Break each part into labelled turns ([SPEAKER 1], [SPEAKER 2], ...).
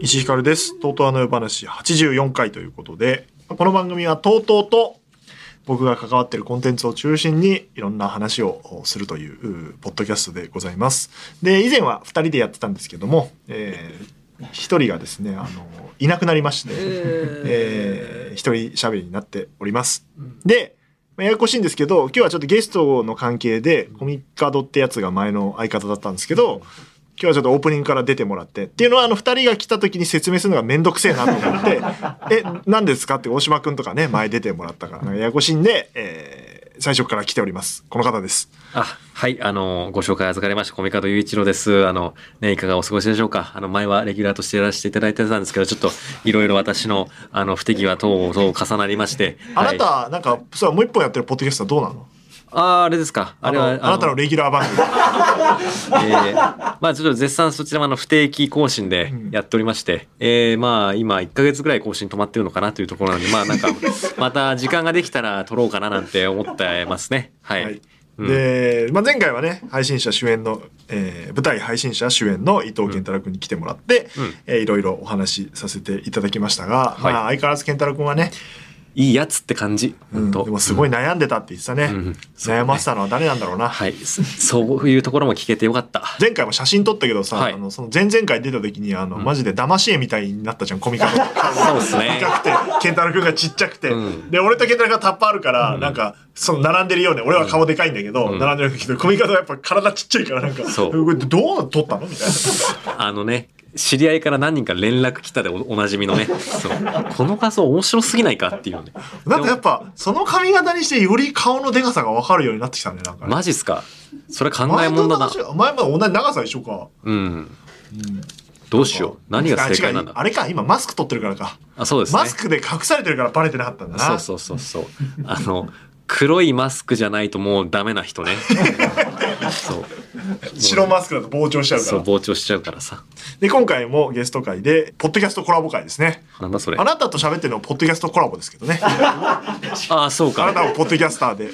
[SPEAKER 1] 石井ひかるです。とうとうあの夜話84回ということで、この番組はとうとうと僕が関わっているコンテンツを中心にいろんな話をするといううーポッドキャストでございます。で、以前は2人でやってたんですけども、え1人がですね、あの、いなくなりまして、えー、一人喋りになっております。で、まあややこしいんですけど、今日はちょっとゲストの関係で、コミカドってやつが前の相方だったんですけど、今日はちょっとオープニングから出てもらって、っていうのはあの二人が来た時に説明するのがめんどくせえなと思って、 え、何ですかって大島くんとかね、前出てもらったから、なんかややこしいんで、えー最初から来ております。この方です。
[SPEAKER 2] あ、はい、あの、ご紹介預かりました、コミカド雄一郎です。あの、ね、いかがお過ごしでしょうかあの、前はレギュラーとしてやらせていただいてたんですけど、ちょっと、いろいろ私の、あの、不手際等々重なりまして。
[SPEAKER 1] あなた、
[SPEAKER 2] はい、
[SPEAKER 1] なんか、そう、もう一本やってるポッドキャストはどうなの
[SPEAKER 2] あー、あれですかあ
[SPEAKER 1] あ
[SPEAKER 2] れ
[SPEAKER 1] の
[SPEAKER 2] は、
[SPEAKER 1] あなたのレギュラー番組。
[SPEAKER 2] えーまあちょっと絶賛そちらもあの不定期更新でやっておりまして、えーまあ今1ヶ月ぐらい更新止まってるのかなというところなんで、まあなんか、また時間ができたら撮ろうかななんて思ってますね。はい。
[SPEAKER 1] はい
[SPEAKER 2] うん
[SPEAKER 1] で、まあ、前回はね配信者主演の、えー舞台配信者主演の伊藤健太郎君に来てもらって、
[SPEAKER 2] うん
[SPEAKER 1] えーいろいろお話しさせていただきましたが、
[SPEAKER 2] はい
[SPEAKER 1] まあ、相変わらず健太郎君はね、
[SPEAKER 2] いいやつって感じ。
[SPEAKER 1] うん、
[SPEAKER 2] 本当
[SPEAKER 1] でもすごい悩んでたって言ってたね、
[SPEAKER 2] うんうんそうね
[SPEAKER 1] 悩ませたのは誰なんだろうな、
[SPEAKER 2] はい。そ そういうところも聞けてよかった。
[SPEAKER 1] 前回も写真撮ったけどさ、
[SPEAKER 2] はい
[SPEAKER 1] あのその前々回出た時にあの、マジで騙し絵みたいになったじゃんコミカルの顔
[SPEAKER 2] そうですね
[SPEAKER 1] で。かくて健太郎君がちっちゃくて、
[SPEAKER 2] うん
[SPEAKER 1] で俺と健太郎君がタッパあるから、なんかその並んでるようで俺は顔でかいんだけど、
[SPEAKER 2] うん
[SPEAKER 1] 並んでるけど組み方はやっぱ体ちっちゃいからなんか
[SPEAKER 2] そう
[SPEAKER 1] これどう撮ったのみたいな
[SPEAKER 2] あのね、知り合いから何人か連絡来たでおおなじみのね。そう。この画像面白すぎないかっていうね。
[SPEAKER 1] なんかやっぱその髪型にしてより顔のでかさが分かるようになってきたねなんかね
[SPEAKER 2] マジっすかそれ考え
[SPEAKER 1] 前
[SPEAKER 2] も
[SPEAKER 1] と
[SPEAKER 2] んだ
[SPEAKER 1] 同
[SPEAKER 2] な
[SPEAKER 1] じ。前まで同じ長さ一緒か
[SPEAKER 2] うん。どうしよう。何が正解なんだ
[SPEAKER 1] あ違うあれか今マスク取ってるからか、
[SPEAKER 2] あ、そうですね。
[SPEAKER 1] マスクで隠されてるからバレてなかったんだな
[SPEAKER 2] そうそうそうそう。あの、黒いマスクじゃないともうダメな人ね。そう。
[SPEAKER 1] 白マスクだと膨張しちゃうか
[SPEAKER 2] そう、
[SPEAKER 1] ら
[SPEAKER 2] 膨張しちゃうからさ。
[SPEAKER 1] で今回もゲスト会でポッドキャストコラボ会ですね
[SPEAKER 2] なんだそれ。
[SPEAKER 1] あなたと喋ってるのはポッドキャストコラボですけど ね。あ
[SPEAKER 2] ああ、そう
[SPEAKER 1] な
[SPEAKER 2] か。
[SPEAKER 1] たもポッドキャスターでや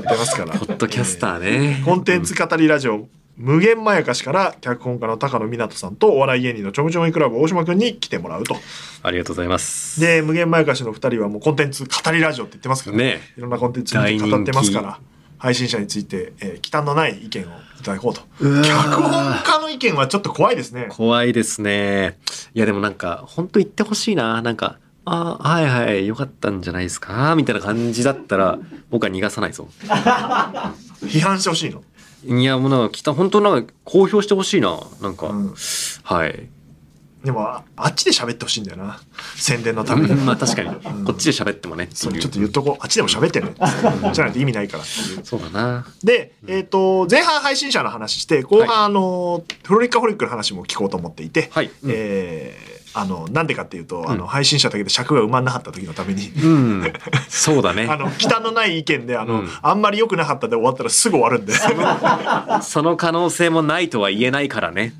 [SPEAKER 1] ってますから。
[SPEAKER 2] ポッドキャスターね。
[SPEAKER 1] コンテンツ語りラジオ、無限まやかしから脚本家の高野湊さんとお笑い芸人のちょむちょむいクラブ大島くんに来てもら うと。
[SPEAKER 2] ありがとうございます。
[SPEAKER 1] で、無限まやかしの二人はもうコンテンツ語りラジオって言ってますから
[SPEAKER 2] ねえ
[SPEAKER 1] いろんなコンテンツについて語ってますから。配信者について、えー忌憚のない意見をいただこうと。脚本家の意見はちょっと怖いですね。
[SPEAKER 2] 怖いですね。いや、でもなんか、本当言ってほしいな。なんか、ああ、はいはい、よかったんじゃないですか。みたいな感じだったら、僕は逃がさないぞ。
[SPEAKER 1] 批判してほしいの。
[SPEAKER 2] いや、もうなんか、きた、本当なんか、公表してほしいな。なんか、
[SPEAKER 1] うん
[SPEAKER 2] はい。
[SPEAKER 1] でも、ああっちで喋ってほしいんだよな。宣伝のために
[SPEAKER 2] う。んまあ確かに、こっちで喋ってもねって
[SPEAKER 1] そう
[SPEAKER 2] いう。
[SPEAKER 1] ちょっと言っとこうあっちでも喋ってねじゃないと意味ないからっていう
[SPEAKER 2] そうだな。
[SPEAKER 1] で、えっと前半配信者の話して後半、あのフロリッカホリックの話も聞こうと思っていて、
[SPEAKER 2] はいうん
[SPEAKER 1] えーあのなんでかっていうと、あの
[SPEAKER 2] うん
[SPEAKER 1] 配信者だけで尺が埋まんなかった時のために。
[SPEAKER 2] うん。そうだ ね
[SPEAKER 1] あ。の忌憚のない意見であの、
[SPEAKER 2] うん
[SPEAKER 1] あんまり良くなかったで終わったらすぐ終わるんで あ
[SPEAKER 2] その可能性もないとは言えないからね。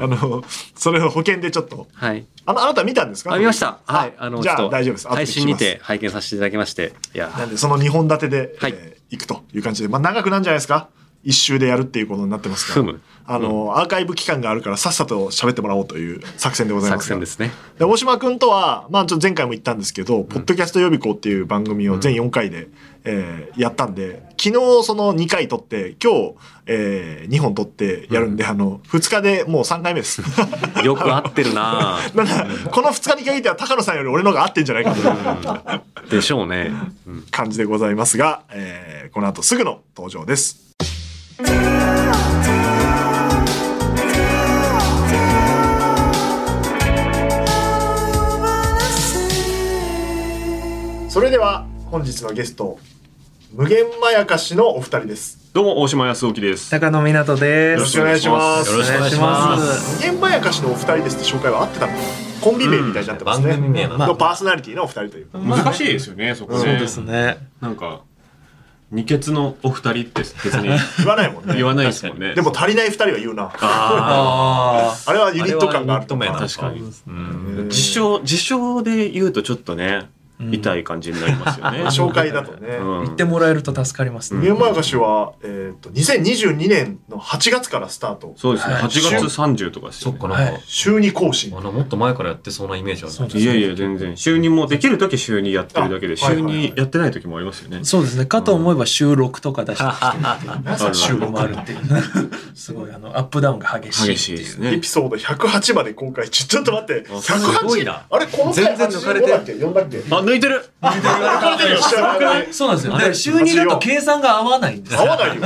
[SPEAKER 2] うん。
[SPEAKER 1] のそれを保険でちょっと
[SPEAKER 2] はい。
[SPEAKER 1] あのあなた見たんですか
[SPEAKER 2] あ、見ました。
[SPEAKER 1] あ
[SPEAKER 2] はい。あの、
[SPEAKER 1] じゃ
[SPEAKER 2] ちょ
[SPEAKER 1] あ
[SPEAKER 2] っと
[SPEAKER 1] 大丈夫です後で聞きま
[SPEAKER 2] 配
[SPEAKER 1] す
[SPEAKER 2] 信にて拝見させていただきまして。いや、
[SPEAKER 1] なんでその2本立てで、
[SPEAKER 2] はい
[SPEAKER 1] えー行くという感じで、まあ、長くなんじゃないですか一周でやるっていうことになってますから
[SPEAKER 2] ふむ
[SPEAKER 1] あの、アーカイブ期間があるからさっさと喋ってもらおうという作戦でございま
[SPEAKER 2] 作
[SPEAKER 1] すが
[SPEAKER 2] 戦ですね。
[SPEAKER 1] で大島君とは、まあ、ちょっと前回も言ったんですけど「ポッドキャスト予備校」っていう番組を全4回で、えーやったんで昨日その2回撮って今日、え2本撮ってやるんで、あの2日でもう3回目 です。
[SPEAKER 2] よく合ってるな
[SPEAKER 1] なんかこの2日に限っては高野さんより俺の方が合ってんじゃないかと
[SPEAKER 2] でしょうね。うん
[SPEAKER 1] 感じでございますが、えーこの後すぐの登場です。それでは本日のゲスト無限まやかしのお二人です。
[SPEAKER 3] どうも大島康之です。
[SPEAKER 4] 高野湊で
[SPEAKER 1] よろ
[SPEAKER 4] す。
[SPEAKER 1] しくお願いします。
[SPEAKER 3] よろしくお願いし
[SPEAKER 4] お願い
[SPEAKER 3] ま。
[SPEAKER 4] しますす
[SPEAKER 1] 無限まやかしのお二人ですって紹介は合ってたの？コンビ名みたいになってますね。
[SPEAKER 3] 番組名な
[SPEAKER 1] のパーソナリティのお二人という。
[SPEAKER 3] 難しいですよね、そこね。
[SPEAKER 4] そうですね。
[SPEAKER 3] なんか、
[SPEAKER 5] 二血のお二人って別 に
[SPEAKER 1] 言わないもんね。
[SPEAKER 5] 言わないですもんね。
[SPEAKER 1] でも足りない二人は言うな。
[SPEAKER 5] あ
[SPEAKER 3] あ
[SPEAKER 1] あれはユニット感があると
[SPEAKER 6] あれ
[SPEAKER 5] あ、
[SPEAKER 6] は
[SPEAKER 1] か。
[SPEAKER 5] 確かに。
[SPEAKER 1] う
[SPEAKER 5] うんん自称、自称で言うとちょっとね、
[SPEAKER 3] うん
[SPEAKER 5] 痛い感じになりますよね。
[SPEAKER 1] 紹介だとね。
[SPEAKER 5] うん。
[SPEAKER 3] あ言ってもらえると助かりますね、
[SPEAKER 1] 宮前菓子は、えっと、2022年の8月からスタート。
[SPEAKER 5] そうですね。
[SPEAKER 3] はい
[SPEAKER 5] 8月30とかです
[SPEAKER 6] そ
[SPEAKER 5] よ
[SPEAKER 6] っ
[SPEAKER 5] ね
[SPEAKER 6] か、なんか、
[SPEAKER 3] はい
[SPEAKER 1] 週2更新
[SPEAKER 6] あ。の、もっと前からやってそうなイメージある。
[SPEAKER 3] そうです
[SPEAKER 5] いやいや、全然。週にもうできる時週にやってるだけで、
[SPEAKER 1] あはい
[SPEAKER 5] 週
[SPEAKER 1] はいはい
[SPEAKER 5] にやってない時もありますよね。
[SPEAKER 3] そうですねかと思えば収録とか出してきて
[SPEAKER 1] 何それ
[SPEAKER 3] 収
[SPEAKER 1] 週
[SPEAKER 3] 録もあ
[SPEAKER 1] 6
[SPEAKER 3] るっていう ねすごいあのアップダウンが激しいっていう
[SPEAKER 5] 激しいです
[SPEAKER 1] エ
[SPEAKER 5] ね
[SPEAKER 1] ピ。ソード108まで今回ちょちょっと待って
[SPEAKER 6] あすごい
[SPEAKER 1] 108?
[SPEAKER 6] な
[SPEAKER 1] あれこの
[SPEAKER 6] 全
[SPEAKER 1] 回
[SPEAKER 6] 然抜かれて
[SPEAKER 1] 85
[SPEAKER 6] る
[SPEAKER 1] だっけ4だっけ
[SPEAKER 5] あ、抜いてる
[SPEAKER 1] 抜かれてるよ下がね
[SPEAKER 3] そうなんですよだから週にだと計算が合わないんです
[SPEAKER 1] 合わないよ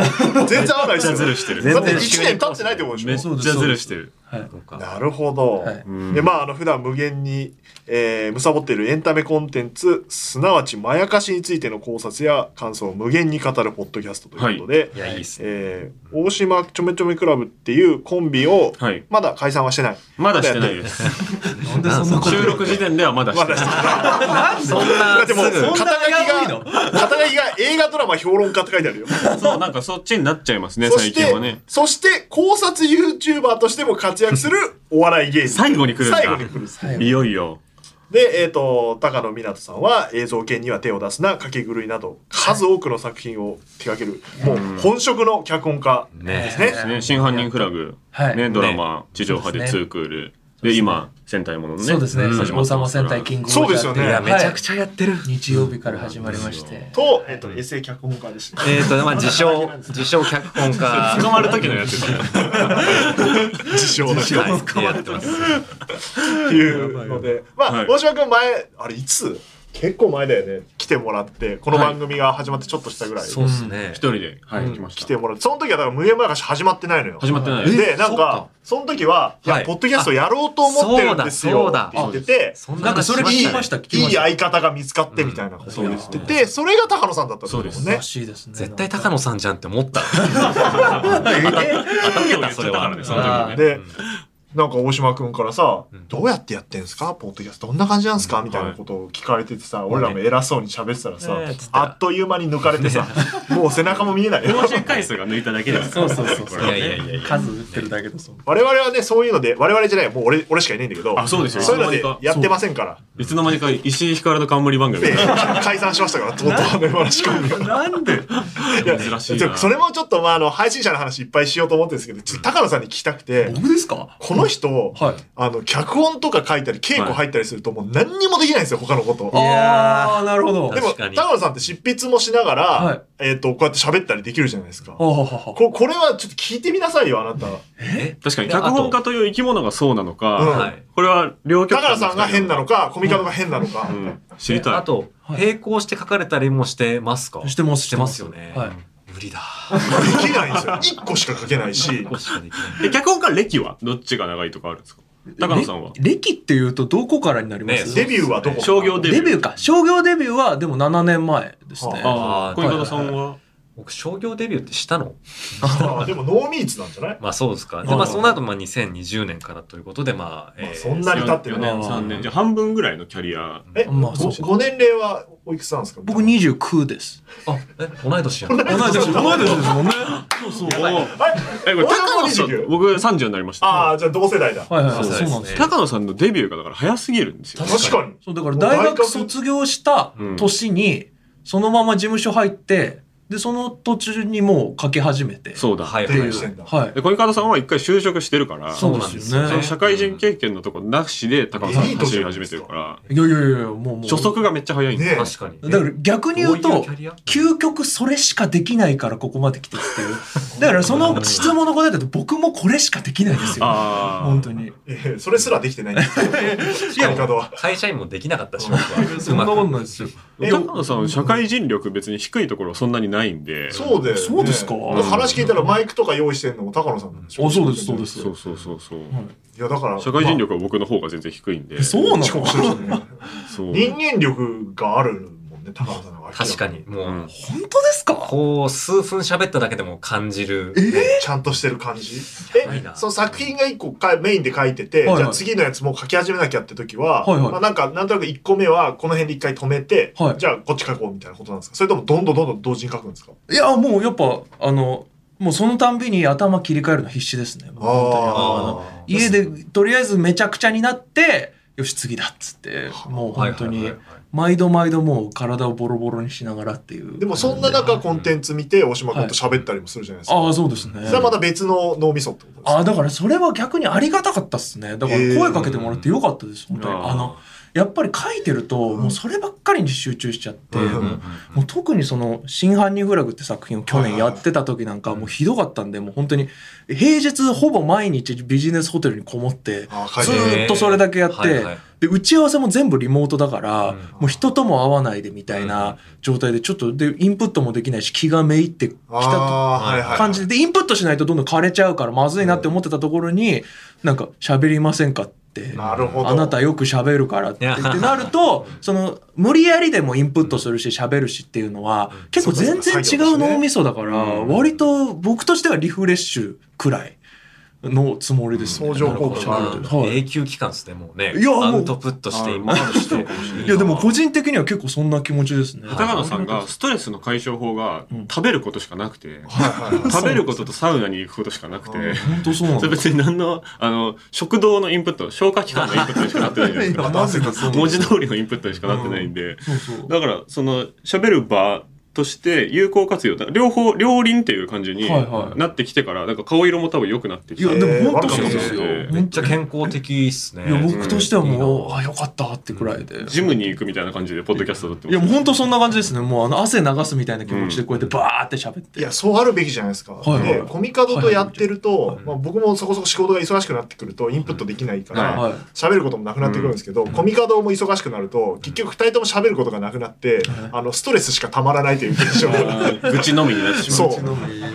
[SPEAKER 1] 全然合わないですよ
[SPEAKER 5] めっちゃズルしてる
[SPEAKER 1] だって1年経ってないってこと
[SPEAKER 5] め
[SPEAKER 1] で
[SPEAKER 5] っ
[SPEAKER 1] しょ
[SPEAKER 5] ち
[SPEAKER 3] そう
[SPEAKER 5] ゃ
[SPEAKER 3] です
[SPEAKER 5] ズルしてる。
[SPEAKER 3] はい
[SPEAKER 6] そうか
[SPEAKER 1] なるほど、
[SPEAKER 3] はい
[SPEAKER 5] うん
[SPEAKER 1] でまああの普段無限にえー貪っているエンタメコンテンツすなわちまやかしについての考察や感想を無限に語るポッドキャストということで、
[SPEAKER 6] いや、いいっすね。
[SPEAKER 1] えー大島ちょめちょめクラブっていうコンビを
[SPEAKER 5] はい。
[SPEAKER 1] まだ解散はしてない、
[SPEAKER 5] まだしてないです。
[SPEAKER 3] なんでそんなこと
[SPEAKER 5] 収録 時点ではまだし
[SPEAKER 1] ま
[SPEAKER 5] て
[SPEAKER 1] だ
[SPEAKER 5] ない
[SPEAKER 1] して。ない
[SPEAKER 6] そんな
[SPEAKER 1] だってもう、
[SPEAKER 6] すぐ
[SPEAKER 1] 肩書
[SPEAKER 3] そんな危ういの
[SPEAKER 1] きが、肩書きが映画ドラマ評論家って書いてあるよ。
[SPEAKER 5] そう、なんかそっちになっちゃいますね、
[SPEAKER 1] そ
[SPEAKER 5] 最
[SPEAKER 1] し
[SPEAKER 5] 近
[SPEAKER 1] て、
[SPEAKER 5] はね。
[SPEAKER 1] そして、考察 YouTuber としても活躍するお笑い芸人。
[SPEAKER 5] 最後に来るんだ
[SPEAKER 1] 最後に来るんです。
[SPEAKER 3] 最後
[SPEAKER 5] いよいよ。
[SPEAKER 1] で、えっ、と、高野湊さんは映像系には手を出すな、掛け狂いなど、数多くの作品を手掛ける、もう本職の脚本家ですね。
[SPEAKER 3] ね
[SPEAKER 5] ね、真犯人フラグ、
[SPEAKER 3] はい
[SPEAKER 5] ね、ドラマ、地上波でツークール、で、今、戦隊ものね。
[SPEAKER 3] そうですね、
[SPEAKER 5] ん
[SPEAKER 3] 王様戦隊キングオージャーってい
[SPEAKER 1] そうです
[SPEAKER 3] う
[SPEAKER 1] よねいや
[SPEAKER 6] めちゃくちゃやってる。
[SPEAKER 3] 日曜日から始まりまして
[SPEAKER 1] と、えっ、と、エセ脚本家でした。
[SPEAKER 6] えっと、まあ、自称、自称脚本家。
[SPEAKER 5] 捕まる 時のやつだよ
[SPEAKER 1] 自称だ
[SPEAKER 6] はいやってます。
[SPEAKER 1] っていうの で、まあ、
[SPEAKER 5] はい
[SPEAKER 1] 大島君前、あれいつ結構前だよね。来てもらって、この番組が始まってちょっとしたぐらい。
[SPEAKER 6] そうっすね
[SPEAKER 5] 一。人で、はい、来まし
[SPEAKER 1] 来
[SPEAKER 5] た。
[SPEAKER 1] てもらって、その時はだから無限まやかし始まってないのよ。
[SPEAKER 5] 始まってない。
[SPEAKER 3] え
[SPEAKER 1] で、なん
[SPEAKER 6] そっ
[SPEAKER 1] か
[SPEAKER 6] か、
[SPEAKER 1] その時は、いや
[SPEAKER 6] はい
[SPEAKER 1] ポッドキャストやろうと思ってるんですよ
[SPEAKER 6] そうだ
[SPEAKER 1] って言ってて、
[SPEAKER 6] そ。
[SPEAKER 3] なんかそれ聞きましたた聞き
[SPEAKER 1] い
[SPEAKER 3] ま
[SPEAKER 1] い
[SPEAKER 3] した
[SPEAKER 1] 相方が見つかってみたいなことを言って
[SPEAKER 3] うん
[SPEAKER 1] て、それが高野さんだったんだもん
[SPEAKER 5] そう
[SPEAKER 1] ね
[SPEAKER 3] ら。しいですね
[SPEAKER 6] 絶対高野さんじゃんって思った。それはその
[SPEAKER 5] 当たってた、それは。その
[SPEAKER 6] 時
[SPEAKER 5] 時
[SPEAKER 6] は
[SPEAKER 5] は
[SPEAKER 6] ね
[SPEAKER 5] ね。
[SPEAKER 1] で、なんか大島君からさ、どうやってやってんすかポッドキャストどんな感じなんすかみたいなことを聞かれててさ、俺らも偉そうに喋ってたらさ
[SPEAKER 6] ねえつっ、て
[SPEAKER 1] あっという間に抜かれてさ、 もう背中も見えないよ。
[SPEAKER 5] 更新回数が抜いただけです。
[SPEAKER 3] そうそうそうそう
[SPEAKER 6] いやいやいやいや
[SPEAKER 3] 数打ってるだけでそう
[SPEAKER 1] 我々はね、そういうので、我々じゃない、もう俺俺しかいないんだけど、
[SPEAKER 5] あそうですよ
[SPEAKER 1] そういうのでやってませんから。
[SPEAKER 5] いつの間にか石井ひかるの冠番組
[SPEAKER 1] で解散しましたから、とうとうあの山梨コンビが。
[SPEAKER 3] なんで
[SPEAKER 5] 珍しい
[SPEAKER 1] ちょ
[SPEAKER 5] な。
[SPEAKER 1] それもちょっと、まあ、あの、配信者の話いっぱいしようと思ってるんですけど、ちょっと高野さんに聞きたくて、
[SPEAKER 3] 僕ですか
[SPEAKER 1] この人、
[SPEAKER 3] はい
[SPEAKER 1] あの、脚本とか書いたり、稽古入ったりすると、もう何にもできないんですよ、他のこと。
[SPEAKER 3] いやーなるほど
[SPEAKER 1] でも、
[SPEAKER 6] 確かに
[SPEAKER 1] 高野さんって執筆もしながら、
[SPEAKER 3] はい
[SPEAKER 1] えっ、と、こうやって喋ったりできるじゃないですか。こ
[SPEAKER 3] ほうほうほうほう
[SPEAKER 1] これはちょっと聞いてみなさいよ、あ なた。
[SPEAKER 5] 確かに、脚本家という生き物がそうなのか、
[SPEAKER 6] はい。
[SPEAKER 5] これは両極
[SPEAKER 1] 高野
[SPEAKER 5] 端
[SPEAKER 1] さんが変なのか、コミカドが変なのか。
[SPEAKER 5] うん。知りた
[SPEAKER 6] あ
[SPEAKER 5] い。
[SPEAKER 6] と、並行して書かれたりもしてますか
[SPEAKER 3] してます
[SPEAKER 6] してますよね。
[SPEAKER 3] はい
[SPEAKER 6] 無理だ。
[SPEAKER 1] できないんで すよ。1個しか書けないし。
[SPEAKER 5] え脚本家歴はどっちが長いとかあるんですか高野さんは
[SPEAKER 3] れ。歴っていうとどこからになりま
[SPEAKER 6] ね
[SPEAKER 3] す
[SPEAKER 1] デビューはどこ
[SPEAKER 5] 商業デビュ
[SPEAKER 3] デ
[SPEAKER 5] ー。
[SPEAKER 3] ビューか商業デビューはでも7年前ですね
[SPEAKER 1] は
[SPEAKER 5] ああ、小籔さんは
[SPEAKER 6] 僕、商業デビューってしたの
[SPEAKER 1] あでも、ノーミーツなんじゃない
[SPEAKER 6] まあそうですか。で、
[SPEAKER 3] はい
[SPEAKER 6] まあその後、まあ2020年からということで、まあ、え
[SPEAKER 1] まあ
[SPEAKER 6] ー
[SPEAKER 1] そんなに経ってる
[SPEAKER 5] 4
[SPEAKER 1] ね。
[SPEAKER 3] あ
[SPEAKER 5] 年、
[SPEAKER 3] ー
[SPEAKER 5] 3年。じゃあ半分ぐらいのキャリア。
[SPEAKER 1] え、
[SPEAKER 3] まあそう
[SPEAKER 1] ごご年齢はおいくつなんですか
[SPEAKER 3] 僕29です
[SPEAKER 6] あ、え、同い年やん。
[SPEAKER 3] 同い年同い年ですもんね
[SPEAKER 5] そう。
[SPEAKER 1] あ
[SPEAKER 5] え、これ
[SPEAKER 1] 俺も
[SPEAKER 5] 高野さん
[SPEAKER 1] 29、
[SPEAKER 5] 僕30になりました。
[SPEAKER 1] ああ、じゃあ同世代だ。
[SPEAKER 3] はいはいはい
[SPEAKER 6] そう
[SPEAKER 3] そうなんですよ
[SPEAKER 5] 高野さんのデビューがだから早すぎるんですよ。
[SPEAKER 1] 確かに。
[SPEAKER 3] そうだから大学卒業した年にそのまま事務所入ってでその途中にもう書き始めて
[SPEAKER 5] そうだ。
[SPEAKER 6] はい
[SPEAKER 1] デ
[SPEAKER 6] は
[SPEAKER 1] ビ
[SPEAKER 6] い
[SPEAKER 1] ュ
[SPEAKER 6] は
[SPEAKER 1] ー
[SPEAKER 6] い
[SPEAKER 1] してんだ。
[SPEAKER 3] はい
[SPEAKER 5] で、小籔さんは一回就職してるから、
[SPEAKER 3] そう
[SPEAKER 6] なんです
[SPEAKER 3] そう
[SPEAKER 6] よ
[SPEAKER 3] なん
[SPEAKER 5] その
[SPEAKER 3] です
[SPEAKER 5] 社
[SPEAKER 3] よ
[SPEAKER 5] 会人経験のとこなしで高野さん走り始めてるから、
[SPEAKER 3] いやいやいやいやもうもう
[SPEAKER 5] 初速がめっちゃ早いんです
[SPEAKER 1] ね
[SPEAKER 5] よ。
[SPEAKER 6] 確かに。
[SPEAKER 3] だから逆に言
[SPEAKER 6] ど
[SPEAKER 3] う
[SPEAKER 6] い
[SPEAKER 3] と
[SPEAKER 6] キャリア
[SPEAKER 3] 究極それしかできないからここまで来てるっていうだからその質問の答えだと僕もこれしかできないですよ
[SPEAKER 5] ああ。
[SPEAKER 3] 本当に
[SPEAKER 1] えーそれすらできて ないんですよ。
[SPEAKER 6] しかも
[SPEAKER 1] やり方は
[SPEAKER 6] 会社員もできなかったし、僕は。
[SPEAKER 3] そんなこと
[SPEAKER 6] うま
[SPEAKER 3] ないですよ
[SPEAKER 1] え
[SPEAKER 5] 高野さん、社会人力別に低いところそんなにないんで。
[SPEAKER 1] そうだよね。
[SPEAKER 3] そうですか
[SPEAKER 1] ん話聞いたらマイクとか用意してんのも高野さんなんでしょ
[SPEAKER 3] あそうですそうです
[SPEAKER 5] そうそうそうそう。
[SPEAKER 1] いや、だから。
[SPEAKER 5] 社会人
[SPEAKER 1] ま
[SPEAKER 5] 力は僕の方が全然低いんで。
[SPEAKER 3] そうな
[SPEAKER 1] あ遅刻
[SPEAKER 3] の
[SPEAKER 1] してるしね。
[SPEAKER 5] そう。
[SPEAKER 1] 人間力があるもんんね、高野さんの明ら
[SPEAKER 6] 確かに。。もう、
[SPEAKER 5] うん
[SPEAKER 3] 本当ですか
[SPEAKER 6] こう、数分喋っただけでも感じる。
[SPEAKER 1] ちゃんとしてる感じ。
[SPEAKER 6] やばい
[SPEAKER 1] え、
[SPEAKER 6] な
[SPEAKER 1] その作品が一個かメインで書いてて、
[SPEAKER 3] はいはい
[SPEAKER 1] じゃあ次のやつもう書き始めなきゃって時は、
[SPEAKER 3] はいはい
[SPEAKER 1] まあなんか、なんとなく一個目はこの辺で一回止めて、
[SPEAKER 3] はい
[SPEAKER 1] じゃあこっち書こうみたいなことなんですかそれともどんどんどんどん同時に書くんですか
[SPEAKER 3] いや、もうやっぱ、あの、もうそのたんびに頭切り替えるの必死ですね。もう本当にあの
[SPEAKER 1] あー
[SPEAKER 3] 家でとりあえずめちゃくちゃになって、よし、次だっつって、もう本当
[SPEAKER 6] はいは
[SPEAKER 3] に
[SPEAKER 6] いはい、
[SPEAKER 3] 毎度毎度もう体をボロボロにしながらっていう。
[SPEAKER 1] でもそんな中コンテンツ見て、大島君と喋ったりもするじゃないですか。
[SPEAKER 3] ああ、そうですね。
[SPEAKER 1] それはまた別の脳みそってことです
[SPEAKER 3] あ
[SPEAKER 1] か
[SPEAKER 3] あ、だからそれは逆にありがたかったっすね。だから声かけてもらってよかったです、本当に。
[SPEAKER 5] あー
[SPEAKER 3] あの、やっぱり書いてると、
[SPEAKER 1] ん
[SPEAKER 3] もうそればっかりに集中しちゃって、
[SPEAKER 1] うん
[SPEAKER 3] もう特にその、真犯人フラグって作品を去年やってた時なんか、もうひどかったんで、もう本当に、平日ほぼ毎日ビジネスホテルにこもって、
[SPEAKER 1] あー書い
[SPEAKER 3] ず
[SPEAKER 1] てる
[SPEAKER 3] ーっとそれだけやって、
[SPEAKER 6] はいはい
[SPEAKER 3] で、打ち合わせも全部リモートだから、
[SPEAKER 6] うん
[SPEAKER 3] もう人とも会わないでみたいな状態で、ちょっと、で、インプットもできないし、気がめいってきたと
[SPEAKER 1] あーはいはいはい
[SPEAKER 3] 感じで、インプットしないとどんどん枯れちゃうからまずいなって思ってたところに、なんか喋りませんかって。
[SPEAKER 1] なるほど。
[SPEAKER 3] あなたよく喋るからって
[SPEAKER 6] いや
[SPEAKER 3] ってなると、その、無理やりでもインプットするし喋るしっていうのは、結構全然違う脳みそだから、
[SPEAKER 6] うん
[SPEAKER 3] 割と僕としてはリフレッシュくらいのつもりですね。
[SPEAKER 1] 相乗効果
[SPEAKER 6] ま
[SPEAKER 1] が
[SPEAKER 3] なんか喋ると
[SPEAKER 6] あ
[SPEAKER 3] はい
[SPEAKER 6] 永久期間ですね、もうね。
[SPEAKER 3] いやもう
[SPEAKER 6] アウトプットして、
[SPEAKER 1] はい
[SPEAKER 6] 今までして。
[SPEAKER 3] いやでも個人的には結構そんな気持ちですね。
[SPEAKER 5] 高野さんがストレスの解消法が
[SPEAKER 3] うん
[SPEAKER 5] 食べることしかなくて、
[SPEAKER 1] はいはいはい
[SPEAKER 5] 食べることとサウナに行くことしかなく
[SPEAKER 1] うん
[SPEAKER 5] て、
[SPEAKER 3] 本当そうなん
[SPEAKER 5] それ別に何の、あの、食堂のインプット、消化器官のインプットにしかなってないじゃないです
[SPEAKER 1] 今
[SPEAKER 5] か。
[SPEAKER 1] なぜかそう
[SPEAKER 5] 文字通りのインプットにしかなってないんで、
[SPEAKER 3] そうそう。
[SPEAKER 5] だから、その、喋る場として有効活用、だから両方、両輪っていう感じに
[SPEAKER 3] はいはい
[SPEAKER 5] なってきてから、なんか顔色も多分良くなってき
[SPEAKER 3] いや
[SPEAKER 5] て、
[SPEAKER 3] でも本当そうですよ。
[SPEAKER 5] えー
[SPEAKER 6] めっちゃ健康的っすね。
[SPEAKER 3] いや僕としてはもう、
[SPEAKER 6] うん
[SPEAKER 3] あよかったってくらいで。い
[SPEAKER 5] ジムに行くみたいな感じで、ポッドキャストだってます
[SPEAKER 3] やもう本当そんな感じですね。もうあの汗流すみたいな気持ちでこうやってバーって喋って。
[SPEAKER 1] いや、そうあるべきじゃないですか。
[SPEAKER 3] はいはい
[SPEAKER 1] で、コミカドとやってると、まあ、僕もそこそこ仕事が忙しくなってくると、インプットできないから、
[SPEAKER 3] はい
[SPEAKER 1] 喋ることもなくなってくるんですけど、コミカドも忙しくなると、結局二人とも喋ることがなくなって、あの、ストレスしかたまらないという現象が。
[SPEAKER 5] あー愚痴のみになってしまう。
[SPEAKER 1] そう。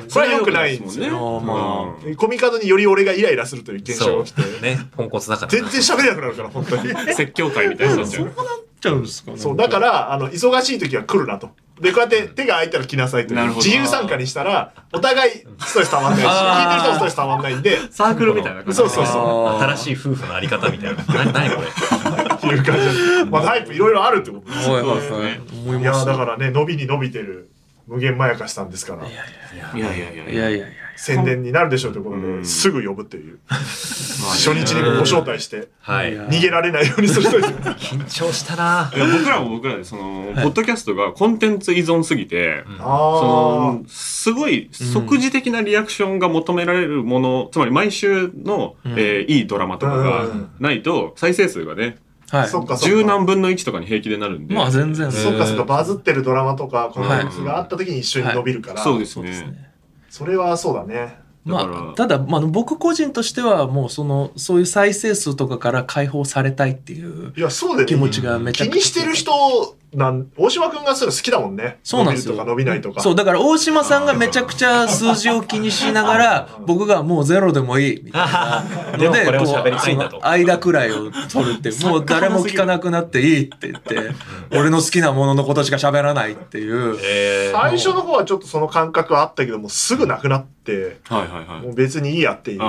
[SPEAKER 1] それは良くないんです
[SPEAKER 3] いや
[SPEAKER 1] よ。
[SPEAKER 3] まあ。
[SPEAKER 1] うんコミカドにより俺がイライラするという現象
[SPEAKER 6] そ
[SPEAKER 1] が起きて、
[SPEAKER 6] う。ね、ポンコツだから。
[SPEAKER 1] 全然喋れなくなるから、本当に。
[SPEAKER 5] 説教会みたいになっちゃ
[SPEAKER 3] そう
[SPEAKER 5] う
[SPEAKER 3] なっ。ちゃうんですかね。
[SPEAKER 1] そう、だから、あの、忙しい時は来るなと。で、こうやって手が空いたら来なさいとい
[SPEAKER 5] な
[SPEAKER 1] う
[SPEAKER 5] るほど
[SPEAKER 1] 自由参加にしたら、お互いストレスたまんないし、聞いてる
[SPEAKER 3] あー
[SPEAKER 1] 人もストレスたまんないんで、
[SPEAKER 6] サークルみたいな感じ
[SPEAKER 1] そうそうそう
[SPEAKER 6] 新しい夫婦のあり方みたいな。な何これ。
[SPEAKER 1] いう感じなんです。まあ、タイプいろいろあるってことです
[SPEAKER 3] はいは
[SPEAKER 5] そう
[SPEAKER 3] いはい
[SPEAKER 5] で。
[SPEAKER 3] 思い
[SPEAKER 1] いや
[SPEAKER 3] ま
[SPEAKER 1] ー
[SPEAKER 3] す。
[SPEAKER 1] だからね伸びに伸びてる無限まやかしたんですから
[SPEAKER 5] いやいやいや
[SPEAKER 3] いやいやいや。
[SPEAKER 1] 宣伝になるでしょうということ
[SPEAKER 5] う
[SPEAKER 1] で
[SPEAKER 5] ん。
[SPEAKER 1] すぐ呼ぶっていう初日にご招待して
[SPEAKER 6] はい。
[SPEAKER 3] や
[SPEAKER 1] 逃げられないようにするという
[SPEAKER 6] 緊張したない
[SPEAKER 5] や僕らも僕らでその、ポッドキャストがコンテンツ依存すぎて、そ
[SPEAKER 1] あ
[SPEAKER 5] のすごい即時的なリアクションが求められるもの、つまり毎週の、えーいいドラマとか
[SPEAKER 1] う
[SPEAKER 5] が
[SPEAKER 1] ん
[SPEAKER 5] ないと再生数がね
[SPEAKER 1] あ
[SPEAKER 3] はい。
[SPEAKER 1] そっかそっ
[SPEAKER 5] 十
[SPEAKER 1] か
[SPEAKER 5] 何分の1とかに平気でなるんで、
[SPEAKER 3] まあ全然。
[SPEAKER 1] そっかそっかバズってるドラマとかコンテンツがあった時に一緒に伸びるから
[SPEAKER 5] そうです
[SPEAKER 3] そうです
[SPEAKER 5] ね
[SPEAKER 3] ね。
[SPEAKER 1] それはそうだね
[SPEAKER 5] だから
[SPEAKER 3] まあ、ただ、まあ、あの僕個人としてはもうそのそういう再生数とかから解放されたいっていう
[SPEAKER 1] いやそうだよね
[SPEAKER 3] 気持ちがめちゃ
[SPEAKER 1] 気
[SPEAKER 3] くちゃ
[SPEAKER 1] にしてる人なん大島君がそういうの好きだもんね
[SPEAKER 3] そうなんです
[SPEAKER 1] 伸
[SPEAKER 3] よ
[SPEAKER 1] びるとか伸びないとか
[SPEAKER 3] そうだから大島さんがめちゃくちゃ数字を気にしながら僕がもうゼロでもいいみたいな の
[SPEAKER 6] でもこれを
[SPEAKER 3] こう
[SPEAKER 6] 喋りたいんだと
[SPEAKER 3] その間くらいを取 るってもう誰も聞かなくなっていいって言 って俺の好きなもののことしか喋らないっていう
[SPEAKER 6] えー
[SPEAKER 1] 最初の方はちょっとその感覚はあったけどもうすぐなくなって
[SPEAKER 5] はいはいはい
[SPEAKER 1] もう別にいいやっていう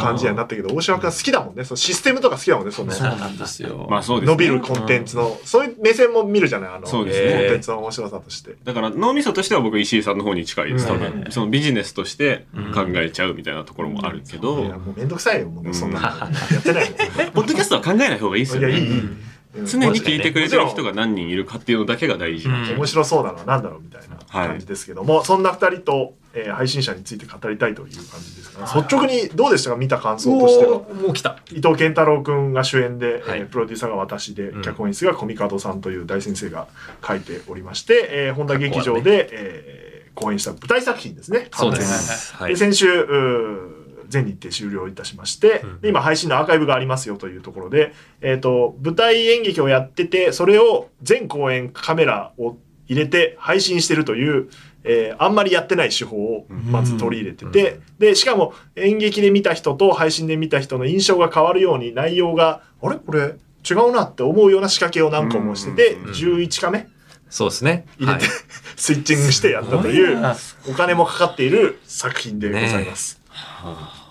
[SPEAKER 1] 感じにはなったけど大島君は好きだもんねそのシステムとか好きだもんねその
[SPEAKER 3] そうなんですよ、
[SPEAKER 5] まあそうですね
[SPEAKER 1] 伸びるコンテンツの、そういう目線も見るじゃないあの、
[SPEAKER 5] そうです
[SPEAKER 6] ね
[SPEAKER 1] コンテンツの面白さとして。
[SPEAKER 5] だから脳みそとしては僕石井さんの方に近いです多
[SPEAKER 3] う
[SPEAKER 5] 分そのビジネスとして考えちゃうみたいなところもあるけど、
[SPEAKER 1] いや、もうめんどくさいよ、も
[SPEAKER 5] う
[SPEAKER 1] う、
[SPEAKER 5] ん
[SPEAKER 1] そ んなの。やってないもん。
[SPEAKER 5] ポッドキャストは考えない方がいいです
[SPEAKER 1] い
[SPEAKER 5] よ
[SPEAKER 1] や、い
[SPEAKER 5] ね
[SPEAKER 1] い、いい。うん
[SPEAKER 5] 常に聞いてくれてる人が何人いるかっていうのだけが大事、
[SPEAKER 6] うん
[SPEAKER 1] 面白そうなのは何だろうみたいな感じですけども、そんな二人と、えー配信者について語りたいという感じですかね。率直にどうでしたか見た感想としては。
[SPEAKER 6] おーもう来た。
[SPEAKER 1] 伊藤健太郎くんが主演で、
[SPEAKER 6] はい
[SPEAKER 1] えープロデューサーが私で、
[SPEAKER 6] ん
[SPEAKER 1] 脚本演出がコミカドさんという大先生が書いておりまして、えー本田劇場で、えー公演した舞台作品ですね。
[SPEAKER 6] そうで
[SPEAKER 1] 完全に
[SPEAKER 6] す。は
[SPEAKER 1] で
[SPEAKER 6] い。
[SPEAKER 1] 先週うー全日程終了いたしまして、で今配信のアーカイブがありますよというところで、えー、と舞台演劇をやっててそれを全公演カメラを入れて配信してるという、えーあんまりやってない手法をまず取り入れてて、でしかも演劇で見た人と配信で見た人の印象が変わるように内容があれこれ違うなって思うような仕掛けを何個もしてて、
[SPEAKER 5] うん
[SPEAKER 1] 11カメ
[SPEAKER 2] そうですね。
[SPEAKER 1] 入れて、スイッチングしてやったというお金もかかっている作品でございます。